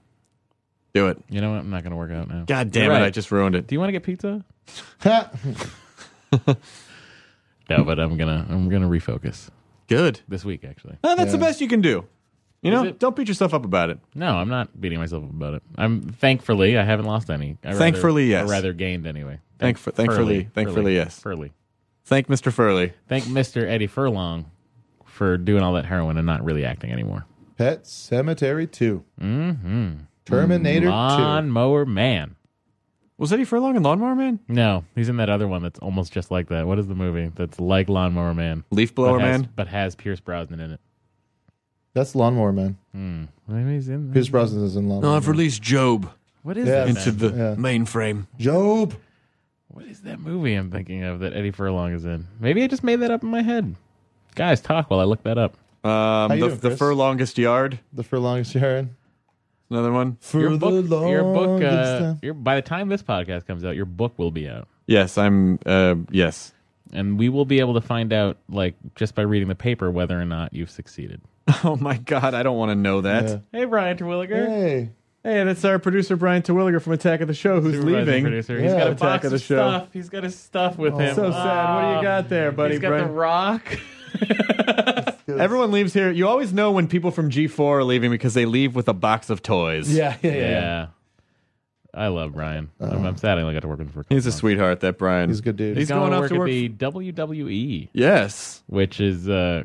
A: Do it.
D: You know what? I'm not going to work out now.
A: God damn
D: You're
A: it!
D: right.
A: I just ruined it.
D: Do you want to get pizza?
E: Ha!
D: No, but I'm gonna I'm gonna refocus
A: Good.
D: this week. Actually,
A: Oh, that's the best you can do. You know,
D: it?
A: don't beat yourself up about it.
D: no, I'm not beating myself up about it. I'm thankfully I haven't lost any. I rather-
A: Thankfully, yes.
D: I rather gained anyway.
A: Thankf- thankfully-
D: Furly,
A: thankfully,
D: Furly,
A: yes.
D: Furly.
A: Thank Mr. Furley.
D: Thank Mr. Eddie Furlong for doing all that heroin and not really acting anymore.
E: Pet Cemetery 2. Mm-hmm. Terminator 2.
D: Lawnmower man.
A: Was Eddie Furlong in Lawnmower Man?
D: No, he's in that other one that's almost just like that. What is the movie that's like Lawnmower Man?
A: Leaf
D: but
A: Blower
D: has-
A: Man?
D: but has Pierce Brosnan in it.
E: That's Lawnmower Man.
D: Maybe he's in.
E: Pierce Brosnan is in Lawnmower.
A: I've released Job
D: What is
E: Yeah.
D: that?
E: Into
D: man?
A: the
E: Yeah.
A: mainframe.
E: Job.
D: What is that movie I'm thinking of that Eddie Furlong is in? Maybe I just made that up in my head. Guys, talk while I look that up.
A: Um,
E: you
A: the,
E: doing,
A: the
E: Chris?
A: Furlongest Yard.
E: The furlongest Sharon.
A: Another one.
E: For
D: your book,
E: the
D: your book,
E: longest
D: uh,
E: time.
D: your, by the time this podcast comes out, your book will be out,
A: Yes, I'm. Uh, yes.
D: and we will be able to find out, like just by reading the paper, whether or not you've succeeded.
A: Oh my God, I don't want to know that.
E: Yeah.
D: Hey, Brian Terwilliger.
E: Hey.
A: Hey, that's our producer Brian Terwilliger from Attack of the Show, who's
D: Supervising
A: leaving.
D: Producer. He's
E: Yeah.
D: got a
A: Attack
D: box
A: of
D: of,
A: the show. Oh,
D: stuff. He's got his stuff with him.
A: So sad. What do
D: Ah.
A: you got there, buddy?
D: He's got
A: Brian?
D: the rock.
A: Everyone leaves here. You always know when people from G4 are leaving because they leave with a box of toys.
E: yeah,
D: yeah. I love Brian. I'm, I'm sad I only got to work with him for.
A: Uh-huh.
D: couple
A: He's a
D: months.
A: sweetheart, that Brian.
E: He's a good dude.
A: He's
D: He's
A: going
D: going
A: off
D: work
A: to
D: at
A: work-
D: the WWE.
A: Yes.
D: which is uh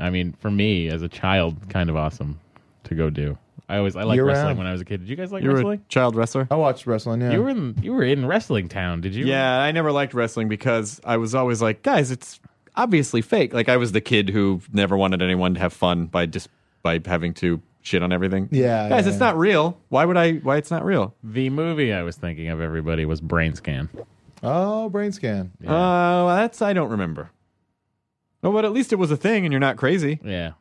D: I mean for me as a child kind of awesome to go do. I always I liked
E: Year
D: wrestling
E: round.
D: when I was a kid. Did you guys like
A: You were a
D: wrestling?
A: child wrestler?
E: I watched wrestling, yeah.
D: You were in you were in wrestling town, did you?
A: Yeah, I never liked wrestling because I was always like, guys, it's obviously fake. Like I was the kid who never wanted anyone to have fun by just by having to shit on everything.
E: Yeah,
A: Guys,
E: yeah,
A: it's
E: yeah.
A: not real. Why would I why it's not real?
D: The movie I was thinking of everybody was Brain Scan.
E: oh, brain scan.
A: Oh, that's I don't remember. No, but at least it was a thing and you're not crazy.
D: Yeah.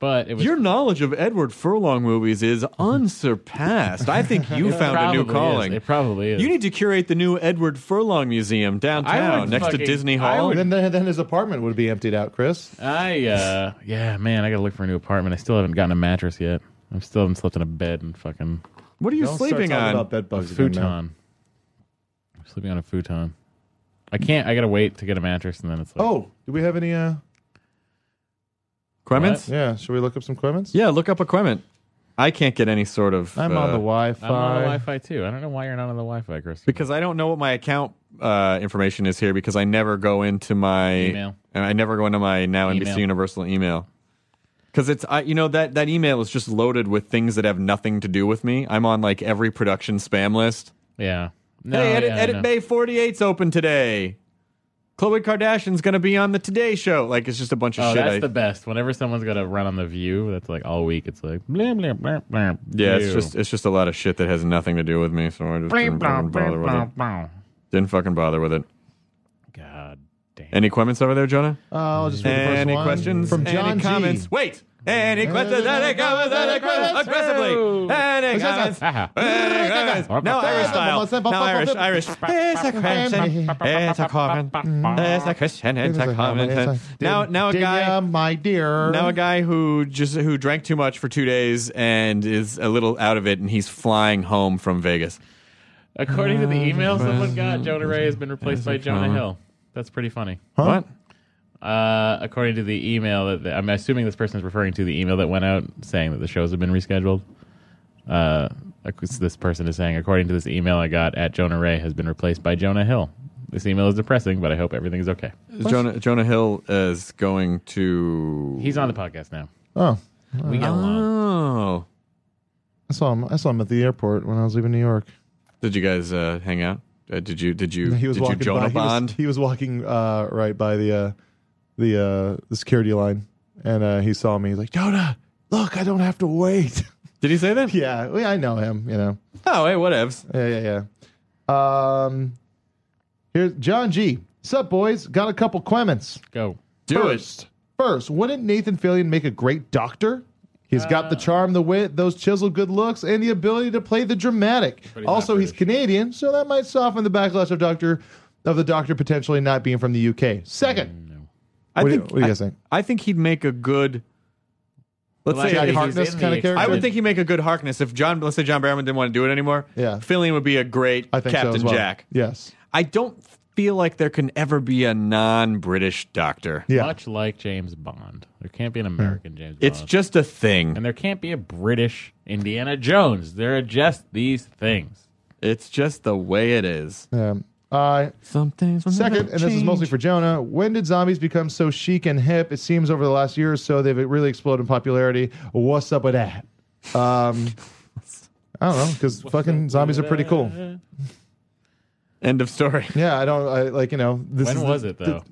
D: But it was
A: Your knowledge of Edward Furlong movies is unsurpassed. I think you
D: it
A: found a new
D: probably is.
A: calling.
D: It probably is.
A: You need to curate the new Edward Furlong Museum
D: I
A: downtown
D: would
A: next to
D: fucking-
A: Disney
D: I
A: Hall.
D: would-
E: Then, then then his apartment would be emptied out, Chris.
D: I uh yeah, man, I gotta look for a new apartment. I still haven't gotten a mattress yet. I still haven't slept in a bed and fucking
A: What are you
E: Don't start
A: sleeping
E: talking
A: on?
E: about bed bugs again, man.
D: futon. I'm sleeping on a futon. I can't I gotta wait to get a mattress and then it's like
E: Oh, do we have any? uh
A: Clements?
E: Yeah, should we look up some Clements?
A: Yeah, look up a Clement. I can't get any sort of.
E: I'm on
A: uh,
E: the Wi-Fi.
D: I'm on the Wi-Fi too. I don't know why you're not on the Wi-Fi, Chris.
A: because I don't know what my account uh, information is here because I never go into my
D: Email.
A: and I never go into my now NBC
D: Email.
A: Universal email because it's I you know that that email is just loaded with things that have nothing to do with me. I'm on like every production spam list.
D: yeah. No,
A: hey, Edit,
D: Oh, yeah,
A: edit
D: no.
A: Bay 48's open today. Khloe Kardashian's gonna be on the Today Show. Like it's just a bunch of
D: Oh,
A: shit.
D: that's
A: I-
D: the best. Whenever someone's got to run on the View, that's like all week. It's like blah blah blah blah.
A: yeah, it's
D: View.
A: just it's just a lot of shit that has nothing to do with me. So I just
D: Blah,
A: didn't
D: blah,
A: fucking bother with
D: blah,
A: it.
D: blah.
A: Didn't fucking bother with it.
D: God damn.
A: Any comments over there, Jonah?
E: Uh, I'll just read the first
A: Any
E: one.
A: questions?
E: from John
A: Any
E: G.
A: comments? Wait. Any questions? Any comments? Any questions? Aggressively. Any comments?
D: Haha.
A: Any comments? Now Irish style. Now Irish. Irish. It's a question. It's a comment. It's a question. It's a comment. Now, now a
E: Dear,
A: guy.
E: my dear.
A: Now a guy who just who drank too much for two days and is a little out of it, and he's flying home from Vegas.
D: According to the
A: Uh,
D: email someone got, Jonah Ray has been replaced by Jonah Hill. That's pretty funny.
A: What?
D: Uh, according to the email that I'm assuming this person is referring to the email that went out saying that the shows have been rescheduled. Uh, ac- this person is saying, according to this email I got, at Jonah Ray has been replaced by Jonah Hill. This email is depressing, but I hope everything is okay.
A: Jonah Jonah Hill is going to.
D: He's on the podcast now.
E: Oh,
D: We get along.
A: Oh,
E: I saw him. I saw him at the airport when I was leaving New York.
A: did you guys uh, hang out? Uh, did you did you
E: He was
A: did you
E: walking by.
A: Jonah
E: he was-
A: Bond?
E: He was, walking uh, right by the uh, the uh, the security line, and uh, he saw me. He's like, Jonah, look, I don't have to wait.
A: Did he say that?
E: yeah, well, I know him. You know.
A: Oh, hey, whatevs.
E: Yeah, yeah, yeah. Um, here's John G. Sup, boys? Got a couple quements.
D: Go.
A: Do
E: first, first, wouldn't Nathan Fillion make a great doctor? He's got
A: Ah.
E: the charm, the wit, those chiseled good looks, and the ability to play the dramatic. also, he's Canadian, so that might soften the backlash of Doctor of the Doctor potentially not being from the UK. Second,
A: I
E: what, do you,
A: think,
E: what do you guys think?
A: I, I think he'd make a good Let's
D: Well,
A: say
D: actually,
A: if
D: he's
E: Harkness
D: in the
E: kinda character?
A: I would
D: extended-
A: think he'd make a good Harkness if John. Let's say John Barrowman didn't want to do it anymore.
E: Yeah.
A: Fillion would be a great
E: I think so
A: Captain
E: as well.
A: Jack.
E: Yes.
A: I don't feel like there can ever be a non-British doctor.
E: Yeah.
D: Much like James Bond, there can't be an American James Bond.
A: It's just a thing.
D: and there can't be a British Indiana Jones. There are just these things.
A: It's just the way it is.
E: Um, uh,
A: Some things. will
E: second,
A: never
E: and this is
A: change.
E: mostly for Jonah. When did zombies become so chic and hip? It seems over the last year or so they've really exploded in popularity. What's up with that? Um, I don't know because fucking zombies are pretty cool.
A: End of story.
E: Yeah, I don't I, like you know. This
D: When
E: is the-
D: was it though?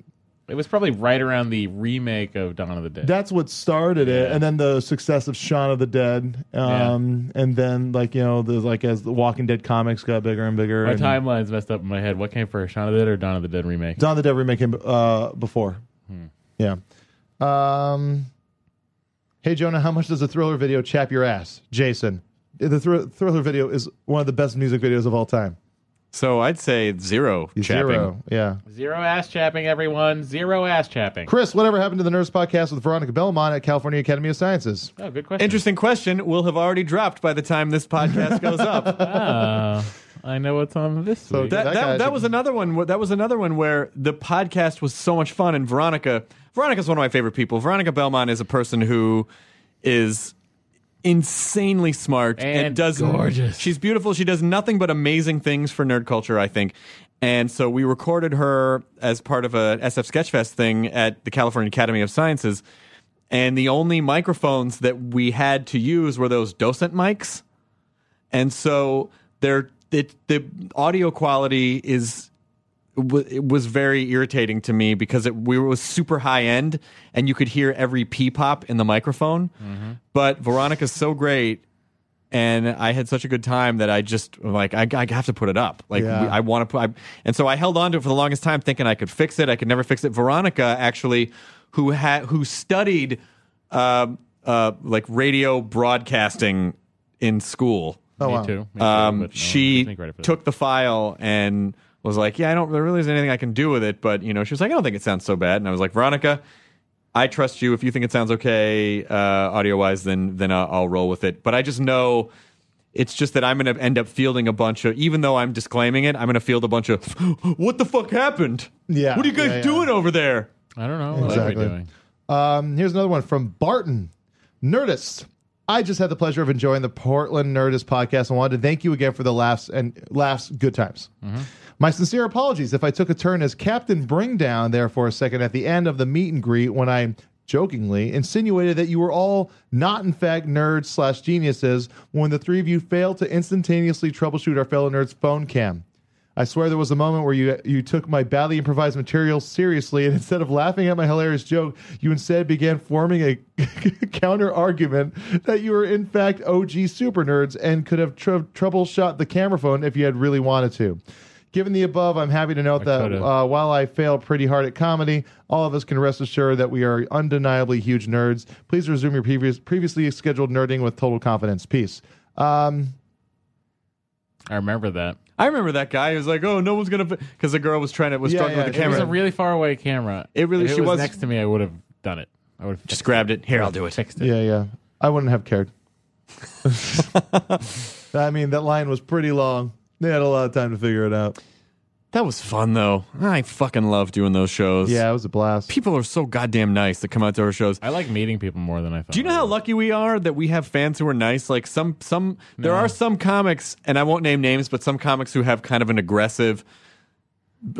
D: It was probably right around the remake of Dawn of the Dead.
E: that's what started it and then the success of Shaun of the Dead um and then like you know the like as the Walking Dead comics got bigger and bigger
D: my
E: and
D: timeline's messed up in my head. What came first, Shaun of the Dead or Dawn of the Dead remake?
E: Dawn of the Dead remake came uh before
A: Hmm.
E: yeah um hey Jonah how much does the Thriller video chap your ass Jason the thr- Thriller video is one of the best music videos of all time
A: So I'd say zero chapping.
E: zero yeah
D: Zero ass chapping, everyone. Zero ass chapping.
E: Chris whatever happened to the Nurse Podcast with Veronica Belmont at California Academy of Sciences
D: Oh, good question.
A: Interesting question. Will have already dropped by the time this podcast goes up.
D: Ah, I know what's on this
E: So
D: week.
E: that-
A: that, that,
E: guy
A: that,
E: should-
A: was another one. where- That was another one where the podcast was so much fun, and Veronica, Veronica's one of my favorite people. Veronica Belmont is a person who is insanely smart and,
D: And
A: does
D: gorgeous.
A: She's beautiful. She does nothing but amazing things for nerd culture, I think. And so we recorded her as part of a SF Sketchfest thing at the California Academy of Sciences. And the only microphones that we had to use were those docent mics and so there it, the audio quality is w- it was very irritating to me because it we was super high end and you could hear every pee pop in the microphone but veronica's so great and I had such a good time that I just like I, I have to put it up. Like
E: Yeah.
A: we- I want to put, I, and so I held on to it for the longest time, thinking I could fix it. I could never fix it. Veronica actually, who had who studied uh, uh, like radio broadcasting in school,
E: oh
D: me
E: wow.
D: too. Me too,
A: um,
D: but no, give me
A: she
D: credit for that.
A: took the file and was like, "Yeah, I don't. There really isn't anything I can do with it." But you know, she was like, "I don't think it sounds so bad." And I was like, "Veronica, I trust you. If you think it sounds okay uh, audio wise, then then I'll, I'll roll with it." But I just know. It's just that I'm going to end up fielding a bunch of, even though I'm disclaiming it, I'm going to field a bunch of, what the fuck happened?
E: Yeah,
A: What are you guys
E: yeah, yeah.
A: doing over there?
D: I don't know. What
E: Exactly.
D: are we doing?
E: Um, here's another one from Barton Nerdist. I just had the pleasure of enjoying the Portland Nerdist podcast and wanted to thank you again for the laughs and laughs, good times. My sincere apologies if I took a turn as Captain Bringdown there for a second at the end of the meet and greet when I jokingly insinuated that you were all not in fact nerds slash geniuses when the three of you failed to instantaneously troubleshoot our fellow nerds phone cam. I swear there was a moment where you you took my badly improvised material seriously, and instead of laughing at my hilarious joke, you instead began forming a counter argument that you were in fact OG super nerds and could have tr- troubleshot the camera phone if you had really wanted to. Given the above, I'm happy to note that
D: coulda.
E: uh, while I fail pretty hard at comedy, all of us can rest assured that we are undeniably huge nerds. Please resume your previous previously scheduled nerding with total confidence. Peace. Um,
D: I remember that.
A: I remember that guy who was like, oh, no one's going to, because the girl was trying to, was
E: Yeah,
A: struggling
E: yeah,
A: with the
D: It
A: camera.
D: was a really far away camera.
A: It really-
D: If
A: she
D: was,
A: was-
D: next to me. I would have done it. I would have
A: Just grabbed it. Here, I'll do it.
D: Fixed it.
E: Yeah, yeah. I wouldn't have cared. I mean, that line was pretty long. They had a lot of time to figure it out.
A: That was fun though. I fucking love doing those shows.
E: Yeah, it was a blast.
A: People are so goddamn nice that come out to our shows.
D: I like meeting people more than I thought.
A: Do you know
D: I
A: how
D: would.
A: lucky we are that we have fans who are nice? Like some some there are some comics, and I won't name names, but some comics who have kind of an aggressive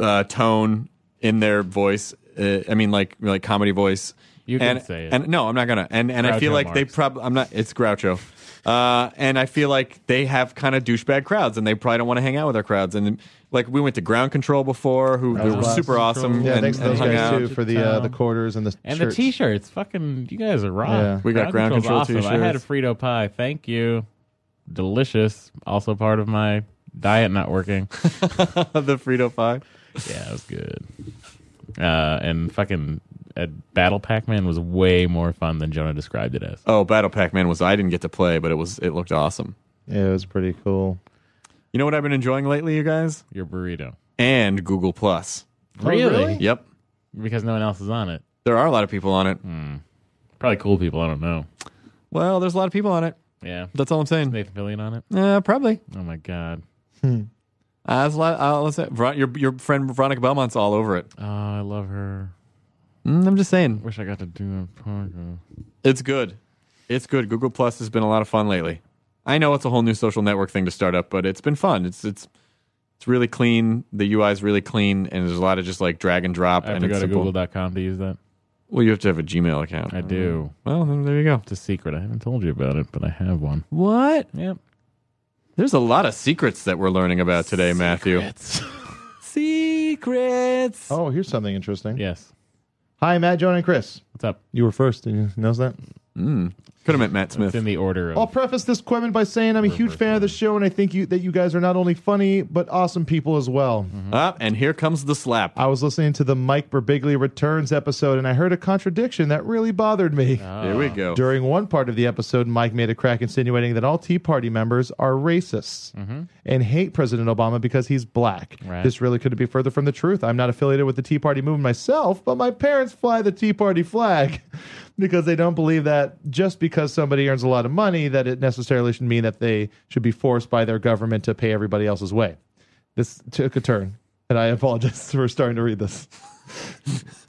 A: uh, tone in their voice. Uh, I mean, like like comedy voice.
D: You can
A: and,
D: say it.
A: And no, I'm not gonna. And and I feel
D: Groucho
A: like they
D: Marx.
A: probably. I'm not. It's Groucho. Uh, and I feel like they have kind of douchebag crowds, and they probably don't want to hang out with our crowds. And like we went to Ground Control before, who who were
E: awesome.
A: super awesome.
E: Yeah,
A: and,
E: thanks to
A: and
E: those
A: hung
E: guys
A: out.
E: too for the uh, the quarters and the
D: And
E: shirts.
D: the T-shirts, fucking, you guys are wrong.
E: Yeah.
A: We got ground control
D: awesome. I had a Frito pie. Thank you. Delicious. Also part of my diet not working.
A: the Frito Pie.
D: yeah, it was good. Uh, and fucking uh, Battle Pac-Man was way more fun than Jonah described it as.
A: Oh, Battle Pac-Man was I didn't get to play, but it was it looked awesome.
E: Yeah, it was pretty cool.
A: You know what I've been enjoying lately, you guys?
D: Your burrito. Oh,
A: And Google Plus.
E: really?
A: Yep.
D: Because no one else is on it. Hmm.
A: There are a lot of people on it.
D: Probably cool people. I don't know.
A: Well, there's a lot of people on it.
D: Yeah.
A: That's all I'm saying.
D: Nathan Fillion on it.
A: Uh, probably.
D: Oh my god.
A: Uh, that's a lot, uh, let's say, Ver- your your friend Veronica Belmont's all over it.
D: Oh, I love her.
A: Mm, I'm just saying,
D: Wish I got to do a podcast.
A: it's good. It's good. Google Plus has been a lot of fun lately. I know it's a whole new social network thing to start up, but it's been fun. It's it's it's really clean. The UI is really clean, and there's a lot of just like drag and drop.
D: I have
A: and
D: to
A: it's
D: go to
A: simple.
D: google.com to use that.
A: Well, you have to have a Gmail account.
D: I do.
A: Well, then there you go.
D: It's a secret. I haven't told you about it, but I have one.
A: What?
D: Yep.
A: There's a lot of secrets that we're learning about today, Matthew. Secrets.
E: Oh, here's something interesting.
D: yes.
E: Hi, Matt, Joan, and Chris.
D: What's up?
E: You were first. Did you know that?
A: Could have meant Matt
D: It's
A: Smith.
D: in the order of
E: I'll preface this comment by saying I'm a huge fan of the show, and I think you that you guys are not only funny but awesome people as well.
A: Ah, and here comes the slap.
E: I was listening to the Mike Birbiglia returns episode, and I heard a contradiction that really bothered me.
A: Here we go.
E: During one part of the episode, Mike made a crack insinuating that all Tea Party members are racists and hate President Obama because he's black.
D: Right.
E: This really couldn't be further from the truth. I'm not affiliated with the Tea Party movement myself, but my parents fly the Tea Party flag because they don't believe that just because somebody earns a lot of money that it necessarily should mean that they should be forced by their government to pay everybody else's way. This took a turn, and I apologize for starting to read this.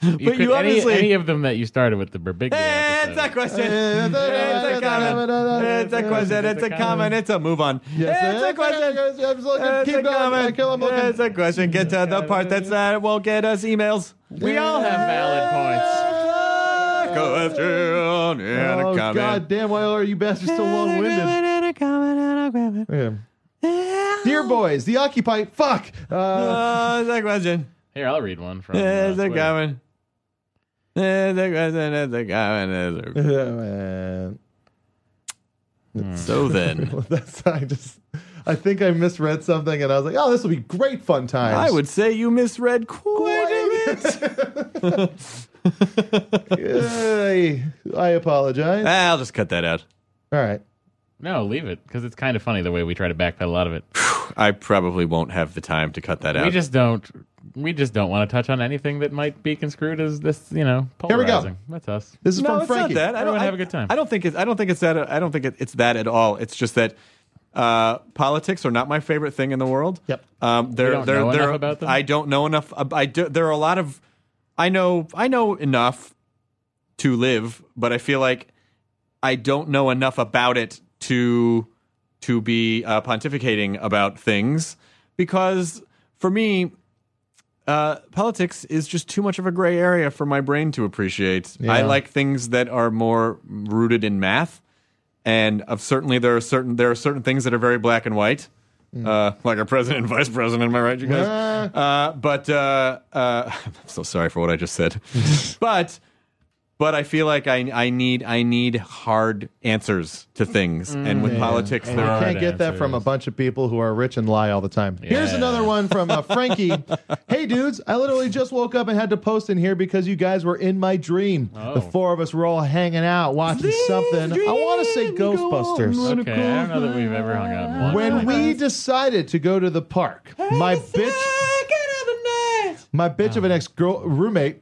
D: You
A: But you
D: any-
A: obviously-
D: any, of them that you started with the Berbiglia.
A: Eh,
D: episode.
A: It's a question.
E: Eh,
A: It's a comment. It's a question. It's a comment. It's a move on. Eh, It's a question.
E: I'm just looking.
A: It's
E: Keep
A: a
E: going. I
A: comment.
E: kill him looking.
A: It's a question. Get to the part that's that won't get us emails.
D: We all have valid points.
A: Question and a
E: Oh,
A: comment.
E: God damn, why are you bastards so long winded?
A: And a comment and a comment.
E: Dear boys, the Occupy. Fuck! Uh,
A: Uh, It's a question.
D: Here, I'll read one from. Uh,
A: It's a
D: Twitter.
A: comment. It's a question. It's a comment. It's a- So then,
E: that's, I just. I think I misread something and I was like, oh, this will be great fun times.
A: I would say you misread quite a bit.
E: I, I apologize.
A: Ah, I'll just cut that out.
E: All right.
D: No, leave it because it's kind of funny the way we try to backpedal a lot of it.
A: I probably won't have the time to cut that out.
D: We just don't. We just don't want to touch on anything that might be construed as this. You know,
E: Here we go.
D: polarizing. That's us.
E: This is
A: no,
E: from
A: it's
E: Frankie.
A: not that. I don't
D: Everyone have a good time.
A: I don't think it's. I don't think it's that. I don't think it, it's that at all. It's just that uh, politics are not my favorite thing in the world.
E: Yep.
A: Um, there,
D: don't
A: there,
D: know
A: there,
D: enough about them?
A: I don't know enough. ab- I do, there are a lot of. I know. I know enough to live, but I feel like I don't know enough about it to to be uh, pontificating about things because for me uh, politics is just too much of a gray area for my brain to appreciate. I like things that are more rooted in math, and of certainly there are certain there are certain things that are very black and white, uh, like our president and vice president. Am I right, you guys?
E: Uh.
A: Uh, but uh, uh, I'm so sorry for what I just said, but. But I feel like I, I need I need hard answers to things, Mm, and with politics there
E: You
A: are
E: can't get that from a
D: answers.
E: bunch of people who are rich and lie all the time. Here's
D: Yeah.
E: another one from uh, Frankie. hey, dudes, I literally just woke up and had to post in here because you guys were in my dream.
A: Oh.
E: The four of us were all hanging out watching something. I want to say Ghostbusters.
D: Okay, I don't know that we've ever hung out. in one.
E: When we decided to go to the park, my bitch, my bitch of an ex girl roommate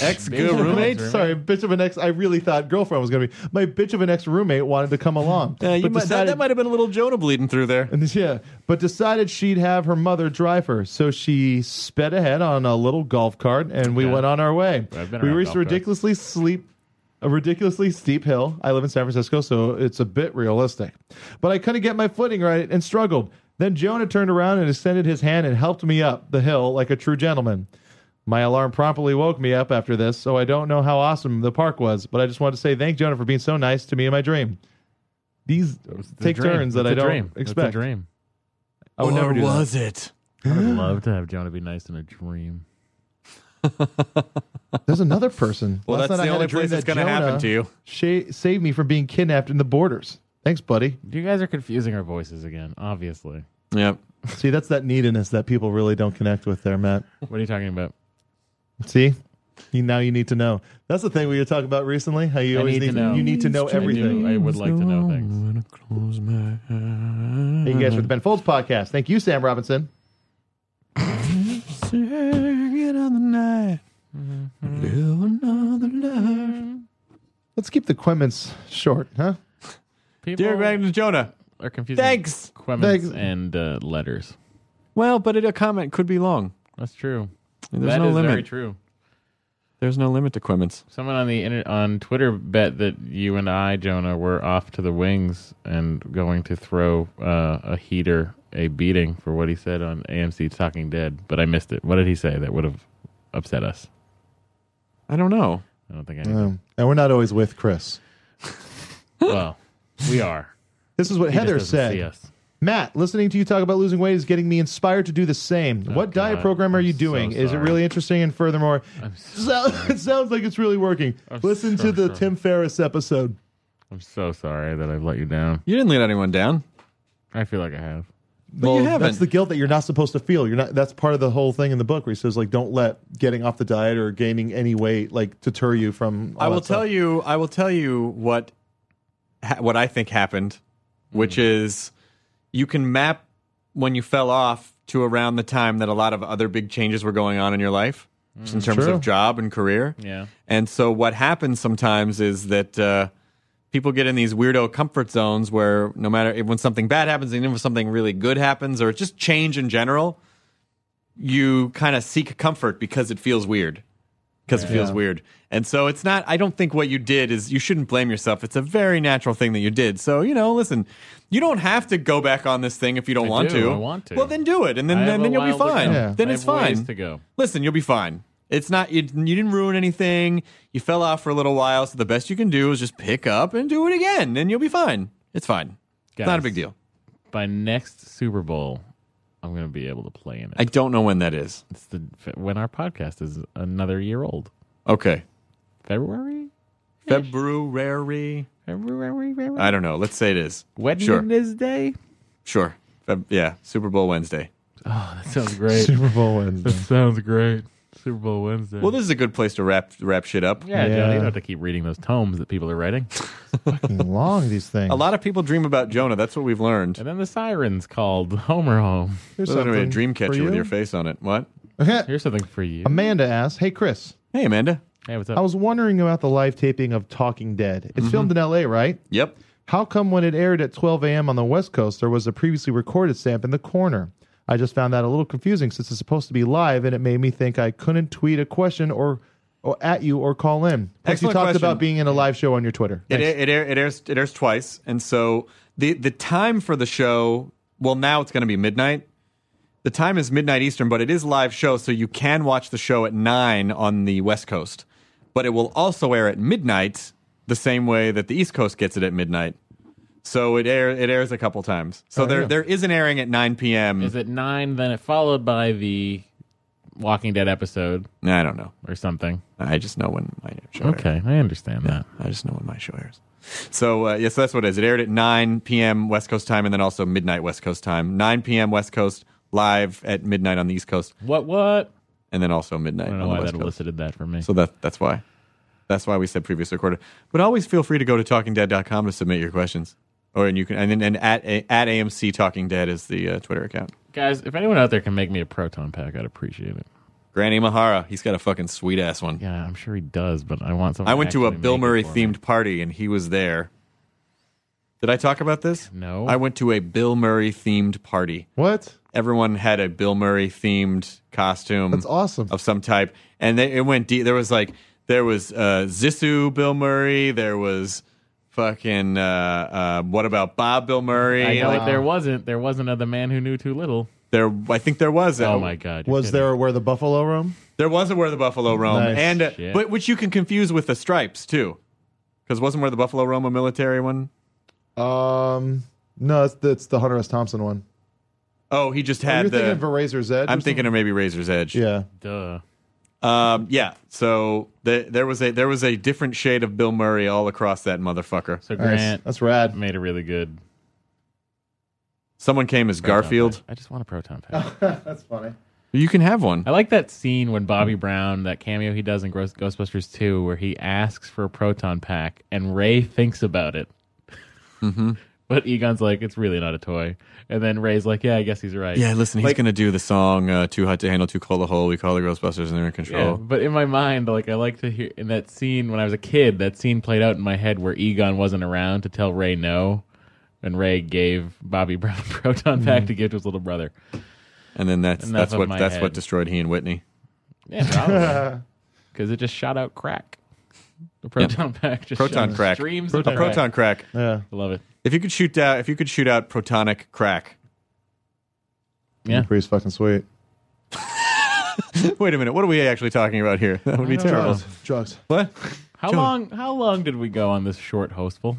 A: ex good Oh. roommate.
E: Sorry, bitch of an ex. I really thought girlfriend was gonna be my bitch of an ex roommate wanted to come along.
A: Uh, you
E: but
A: might, that,
E: decided-
A: that might have been a little Jonah bleeding through there.
E: And yeah, but decided she'd have her mother drive her. So she sped ahead on a little golf cart, and we
D: Yeah.
E: went on our way.
D: I've been
E: We
D: around
E: reached
D: golf carts.
E: a ridiculously sleep, a ridiculously steep hill. I live in San Francisco, so it's a bit realistic. But I couldn't get my footing right and struggled. Then Jonah turned around and extended his hand and helped me up the hill like a true gentleman. My alarm promptly woke me up after this, so I don't know how awesome the park was, but I just wanted to say thank Jonah for being so nice to me in my dream. These
D: It's a
E: take
D: dream.
E: turns that
D: It's
E: I
D: a
E: don't
D: dream.
E: expect.
D: It's a dream.
E: I would never do that.
A: it?
D: I would love to have Jonah be nice in a dream.
E: There's another person.
A: Well,
E: Last
A: that's
E: night
A: the
E: I had
A: only
E: a dream
A: place it's
E: that
A: going to happen
E: Jonah
A: to you.
E: sha- saved me from being kidnapped in the borders. Thanks, buddy.
D: You guys are confusing our voices again. Obviously.
A: Yep.
E: See, that's that neediness that people really don't connect with there, Matt.
D: What are you talking about?
E: See? You, now you need to know. That's the thing we were talking about recently. How you
D: I
E: always
D: need to know.
E: you need to know
D: I do.
E: everything.
D: I would like to know things.
A: Mm-hmm.
E: Thank you guys for the Ben Folds podcast. Thank you, Sam Robinson.
A: Mm-hmm. Sing it on the night. Live another life.
E: Let's Let's keep the quements short, huh?
D: People
A: Dear Magnus Jonah.
D: are confusing
A: Thanks.
D: quemens
E: Thanks.
D: and uh, letters.
A: Well, but it, a comment could be long.
D: That's true.
A: There's
D: That
A: no
D: is
A: limit.
D: very true.
A: There's no limit to quemens.
D: Someone on the inter- on Twitter bet that you and I, Jonah, were off to the wings and going to throw uh, a heater a beating for what he said on AMC's Talking Dead, but I missed it. What did he say that would have upset us?
A: I don't know.
D: I don't think I.
E: Um, and we're not always with Chris.
D: well, we are.
E: This is what
D: He just
E: Heather
D: doesn't See
E: said.
D: us.
E: Matt, listening to you talk about losing weight is getting me inspired to do the same. what diet
D: God.
E: program are you
D: I'm so
E: doing? is it
D: sorry.
E: really interesting? And furthermore, so, it sounds like it's really working. Listen
D: so
E: to the
D: sorry.
E: Tim Ferriss episode.
D: I'm so sorry that I've let you down.
A: You didn't let anyone down.
D: I feel like I have.
A: But you haven't.
E: That's the guilt that you're not supposed to feel. You're not. That's part of the whole thing in the book where he says like, don't let getting off the diet or gaining any weight like deter you from. all
A: I
E: that
A: will
E: stuff.
A: tell you. I will tell you what ha- what I think happened, which
E: Mm-hmm.
A: is you can map when you fell off to around the time that a lot of other big changes were going on in your life, just in terms
E: Mm. True.
A: of job and career.
D: Yeah.
A: And so what happens sometimes is that uh, people get in these weirdo comfort zones where no matter when something bad happens, even if something really good happens, or just change in general, you kind of seek comfort because it feels weird. Because it feels weird. And so it's not, I don't think what you did is, you shouldn't blame yourself. It's a very natural thing that you did. So, you know, listen, you don't have to go back on this thing if you don't
D: I
A: want
D: do.
A: to.
D: I want to.
A: Well, then do it. And then,
D: I have
A: then,
D: a
A: then you'll be
D: while to
A: fine.
D: go.
E: Yeah.
A: Then
D: I
A: it's
D: have ways
A: fine.
D: to go.
A: Listen, you'll be fine. It's not you, you didn't ruin anything. You fell off for a little while, so the best you can do is just pick up and do it again, and you'll be fine. It's fine. It's not
D: Guys.
A: a big deal.
D: By next Super Bowl, I'm going to be able to play in it.
A: I don't know when that is.
D: it's the when our podcast is another year old.
A: Okay.
D: February,
A: February.
D: February, February.
A: I don't know. Let's say it is. Sure.
D: Wednesday.
A: Sure. Feb- yeah. Super Bowl Wednesday.
D: Oh, that sounds great.
E: Super Bowl Wednesday.
D: sounds great. Super Bowl Wednesday.
A: Well, this is a good place to wrap wrap shit up.
D: yeah, Joe, you
E: Yeah.
D: don't have to keep reading those tomes that people are writing.
E: Fucking long these things.
A: A lot of people dream about Jonah. That's what we've learned.
D: and then the sirens called Homer home.
E: Here's
A: There's going to be a
E: something
A: dream
E: for
A: catcher with
E: you.
A: your face on it. What?
E: Okay.
D: Here's something for you.
E: Amanda asks, "Hey Chris,
A: Hey, Amanda.
D: Hey, what's
E: I
D: up?
E: was wondering about the live taping of Talking Dead. It's filmed in L.A., right?
A: Yep.
E: How come when it aired at 12 a.m. on the West Coast, there was a previously recorded stamp in the corner? I just found that a little confusing since it's supposed to be live, and it made me think I couldn't tweet a question or, or at you or call in. Plus, you
A: Excellent
E: talked
A: question.
E: about being in a live show on your Twitter.
A: It,
E: Thanks.
A: air- it, air, it airs it airs twice, and so the the time for the show. Well, now it's going to be midnight. The time is midnight Eastern, but it is live show, so you can watch the show at nine on the West Coast. But it will also air at midnight, the same way that the East Coast gets it at midnight. So it air it airs a couple times.
D: Oh,
A: So there there is an airing at nine p.m.
D: Is it nine? Then it followed by the Walking Dead episode
A: I don't know.
D: or something.
A: I just know when my show. airs.
D: Okay, I understand that.
A: I just know when my show airs. So uh, yes, that's what it is. It aired at 9 p.m. West Coast time, and then also midnight West Coast time. 9 p.m. West Coast live at midnight on the East Coast,
D: What? What?
A: and then also midnight
D: I
A: on
D: don't
A: the
D: know why
A: West
D: that
A: Coast.
D: elicited that for me.
A: So that that's why. That's why we said previous recorded. But always feel free to go to talkingdead.com to submit your questions, or and you can and then and at at AMC Talking Dead is the uh, Twitter account.
D: Guys, if anyone out there can make me a proton pack, I'd appreciate it.
A: Granny Mahara, he's got a fucking sweet ass one.
D: Yeah, I'm sure he does, but I want something.
A: I went to a
D: actually
A: Bill
D: make it
A: Murray
D: for me.
A: themed party and he was there. Did I talk about this?
D: No.
A: I went to a Bill Murray themed party.
E: What?
A: Everyone had a Bill Murray themed costume.
E: That's awesome.
A: Of some type. And they, it went deep. There was like, there was uh, Zissou Bill Murray. There was fucking, uh, uh, what about Bob Bill Murray?
D: I know
A: Like,
D: it. There wasn't. There wasn't a the man who knew too little.
A: there, I think there was. a-
D: Oh my god. you're
E: Was
D: kidding.
E: there a Where the Buffalo Roam?
A: There was a Where the Buffalo Roam,
E: Nice.
A: and uh,
D: Shit.
A: but which you can confuse with the Stripes too, because wasn't Where the Buffalo Roam a military one?
E: Um, no, it's, it's the Hunter S. Thompson one.
A: Oh, he just
E: You're
A: had the.
E: thinking of a Razor's Edge.
A: I'm
E: or
A: thinking of maybe Razor's Edge.
E: something? Yeah.
D: Duh.
A: Um, yeah. So the, there was a there was a different shade of Bill Murray all across that motherfucker.
D: So
E: Nice.
D: Grant
E: That's rad.
D: made a really good
A: Someone came as
D: proton
A: Garfield.
D: pack. I just want a proton pack.
E: That's funny.
A: You can have one.
D: I like that scene when Bobby Brown, that cameo he does in Ghost- Ghostbusters
A: Mm-hmm.
D: 2, where he asks for a proton pack and Ray thinks about it. But Egon's like, it's really not a toy. And then Ray's like, yeah, I guess he's right.
A: Yeah, listen, he's
D: Like-
A: going to do the song uh, Too Hot to Handle, Too Cold to Hold. We call the Ghostbusters and they're in
D: Yeah,
A: control.
D: but in my mind, like I like to hear in that scene when I was a kid, that scene played out in my head where Egon wasn't around to tell Ray no, and Ray gave Bobby Brown a
A: Mm-hmm.
D: proton pack to give to his little brother.
A: And then that's
D: Enough
A: that's
D: of
A: what
D: my
A: that's what
D: head.
A: destroyed he and Whitney.
D: Yeah, because it just shot out crack. The proton pack just
A: Proton
D: shot
A: crack.
D: streams
A: A
D: of crack.
A: proton crack.
E: Yeah.
D: I love it.
A: If you could shoot out if you could shoot out protonic crack.
D: Yeah.
E: Pretty fucking sweet.
A: Wait a minute, what are we actually talking about here? That would be terrible.
E: Drugs. Drugs.
A: What?
D: How
A: Sure.
D: long? How long did we go on this short hostful?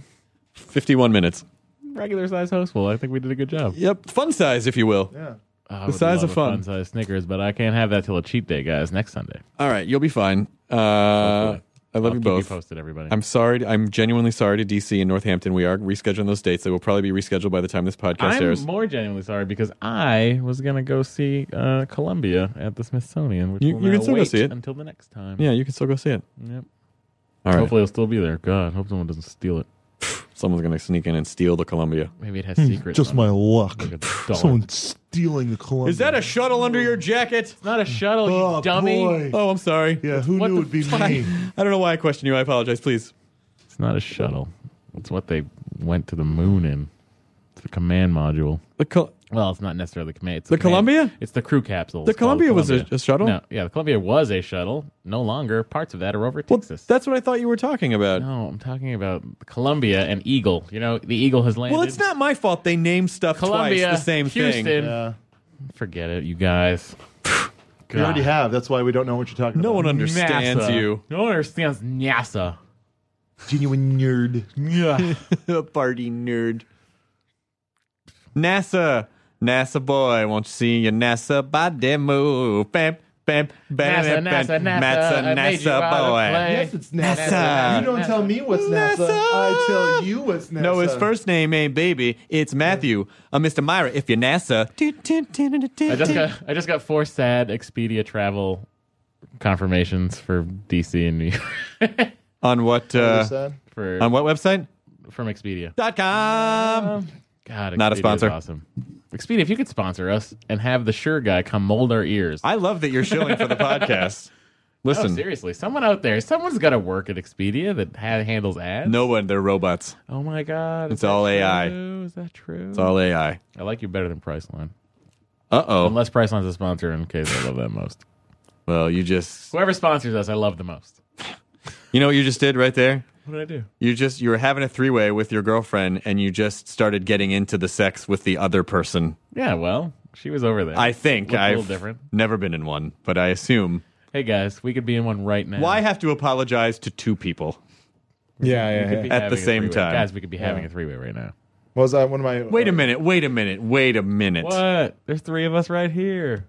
A: 51 minutes.
D: Regular size hostful. I think we did a good job. Ah,
A: Yep, fun size if you will.
E: Yeah.
D: I
A: The
D: would
A: size
D: love
A: of
D: a
A: fun.
D: fun size Snickers, but I can't have that till a cheat day, guys. Next Sunday.
A: All right, you'll be fine. Uh, I love
D: I'll
A: you
D: keep
A: both.
D: You posted, everybody.
A: I'm sorry. I'm genuinely sorry to DC and Northampton. We are rescheduling those dates. They will probably be rescheduled by the time this podcast
D: I'm
A: airs.
D: more genuinely sorry because I was gonna go see uh, Columbia at the Smithsonian, which
A: You-
D: will
A: you
D: now
A: can still go
D: wait
A: see it.
D: until the next time.
A: yeah, you can still go see it.
D: Yep.
A: All right.
D: Hopefully, it'll still be there. God, hope someone doesn't steal it.
A: Someone's going to sneak in and steal the Columbia.
D: Maybe it has
A: Hmm.
D: secrets.
E: Just
D: on
E: my
D: it.
E: luck.
D: Like a dollar.
E: Someone stealing the Columbia.
A: Is that a shuttle under your jacket?
D: Not a shuttle, you
E: Oh,
D: dummy.
E: boy.
A: Oh, I'm sorry.
E: Yeah, who
D: What
E: knew
D: the
E: it would be
D: fuck?
E: me?
A: I don't know why I questioned you. I apologize. Please.
D: It's not a shuttle. It's what they went to the moon in. It's the command module.
A: The Col-
D: Well, it's not necessarily the command. It's
A: The
D: command-
A: Columbia?
D: It's the crew capsule.
A: The
D: It's called
A: Columbia was a- a shuttle?
D: No, yeah, the Columbia was a shuttle. No longer. Parts of that are over at
A: well,
D: Texas.
A: that's what I thought you were talking about.
D: No, I'm talking about Columbia and Eagle. You know, the Eagle has landed.
A: Well, it's not my fault they name stuff
D: Columbia,
A: twice the same
D: Houston.
A: thing.
E: Yeah.
D: Forget it, you guys.
E: We already have. That's why we don't know what you're talking
A: No
E: about.
A: one understands
D: NASA.
A: you.
D: No one understands NASA.
E: Genuine nerd.
D: Yeah.
A: Party nerd. NASA. NASA boy, won't you see your NASA body move? Bam, bam, bam, bam,
D: NASA,
A: bam.
D: NASA, NASA, I made you out
A: NASA
D: of
A: boy.
D: Hey,
E: Yes, it's NASA.
A: NASA.
E: You don't
D: NASA.
E: tell me what's NASA.
A: NASA.
E: I tell you what's NASA.
A: No, his first name ain't baby. It's Matthew. Uh, Mr. Myra, if you're NASA.
D: I just got I just got four sad Expedia travel confirmations for DC and New York
A: On what? Uh,
E: Understand?
D: for
A: on what website?
D: from Expedia.
A: Dot
D: Um,
A: com.
D: God,
A: Not a
D: Expedia is
A: sponsor.
D: awesome. Expedia, if you could sponsor us and have the sure guy come mold our ears.
A: I love that you're shilling for the podcast.
D: No,
A: Listen,
D: Oh, seriously, someone out there, someone's got to work at Expedia that ha- handles ads.
A: no one. They're robots.
D: Oh my God.
A: It's all AI.
D: True? Is that true?
A: It's all AI.
D: I like you better than Priceline.
A: Uh oh.
D: Unless Priceline's a sponsor, in case I love that most.
A: Well, you just.
D: Whoever sponsors us, I love the most.
A: You know what you just did right there?
D: What did I do?
A: You just you were having a three way with your girlfriend, and you just started getting into the sex with the other person.
D: Yeah, well, she was over there.
A: I think
D: Looked a
A: I've
D: little different.
A: never been in one, but I assume.
D: Hey guys, we could be in one right now.
A: Why have to apologize to two people?
E: Yeah,
D: We could be
A: At the
D: having a
A: same
D: three-way.
A: time.
D: guys? We could be having a three-way right now.
E: Was that one of my? uh,
A: Wait a minute! Wait a minute! Wait a minute!
D: What? There's three of us right here.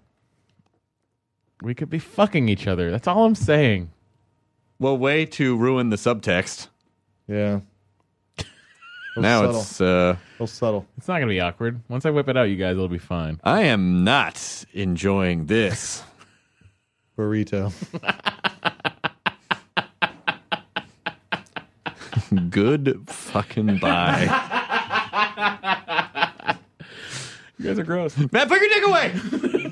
D: We could be fucking each other. That's all I'm saying.
A: Well, way to ruin the subtext.
E: Yeah.
A: now
E: subtle.
A: it's. uh
E: Real subtle.
D: It's not gonna be awkward. Once I whip it out, you guys, it'll be fine.
A: I am not enjoying this.
E: Burrito.
A: Good fucking bye.
D: You guys are gross.
A: Matt, put your dick away.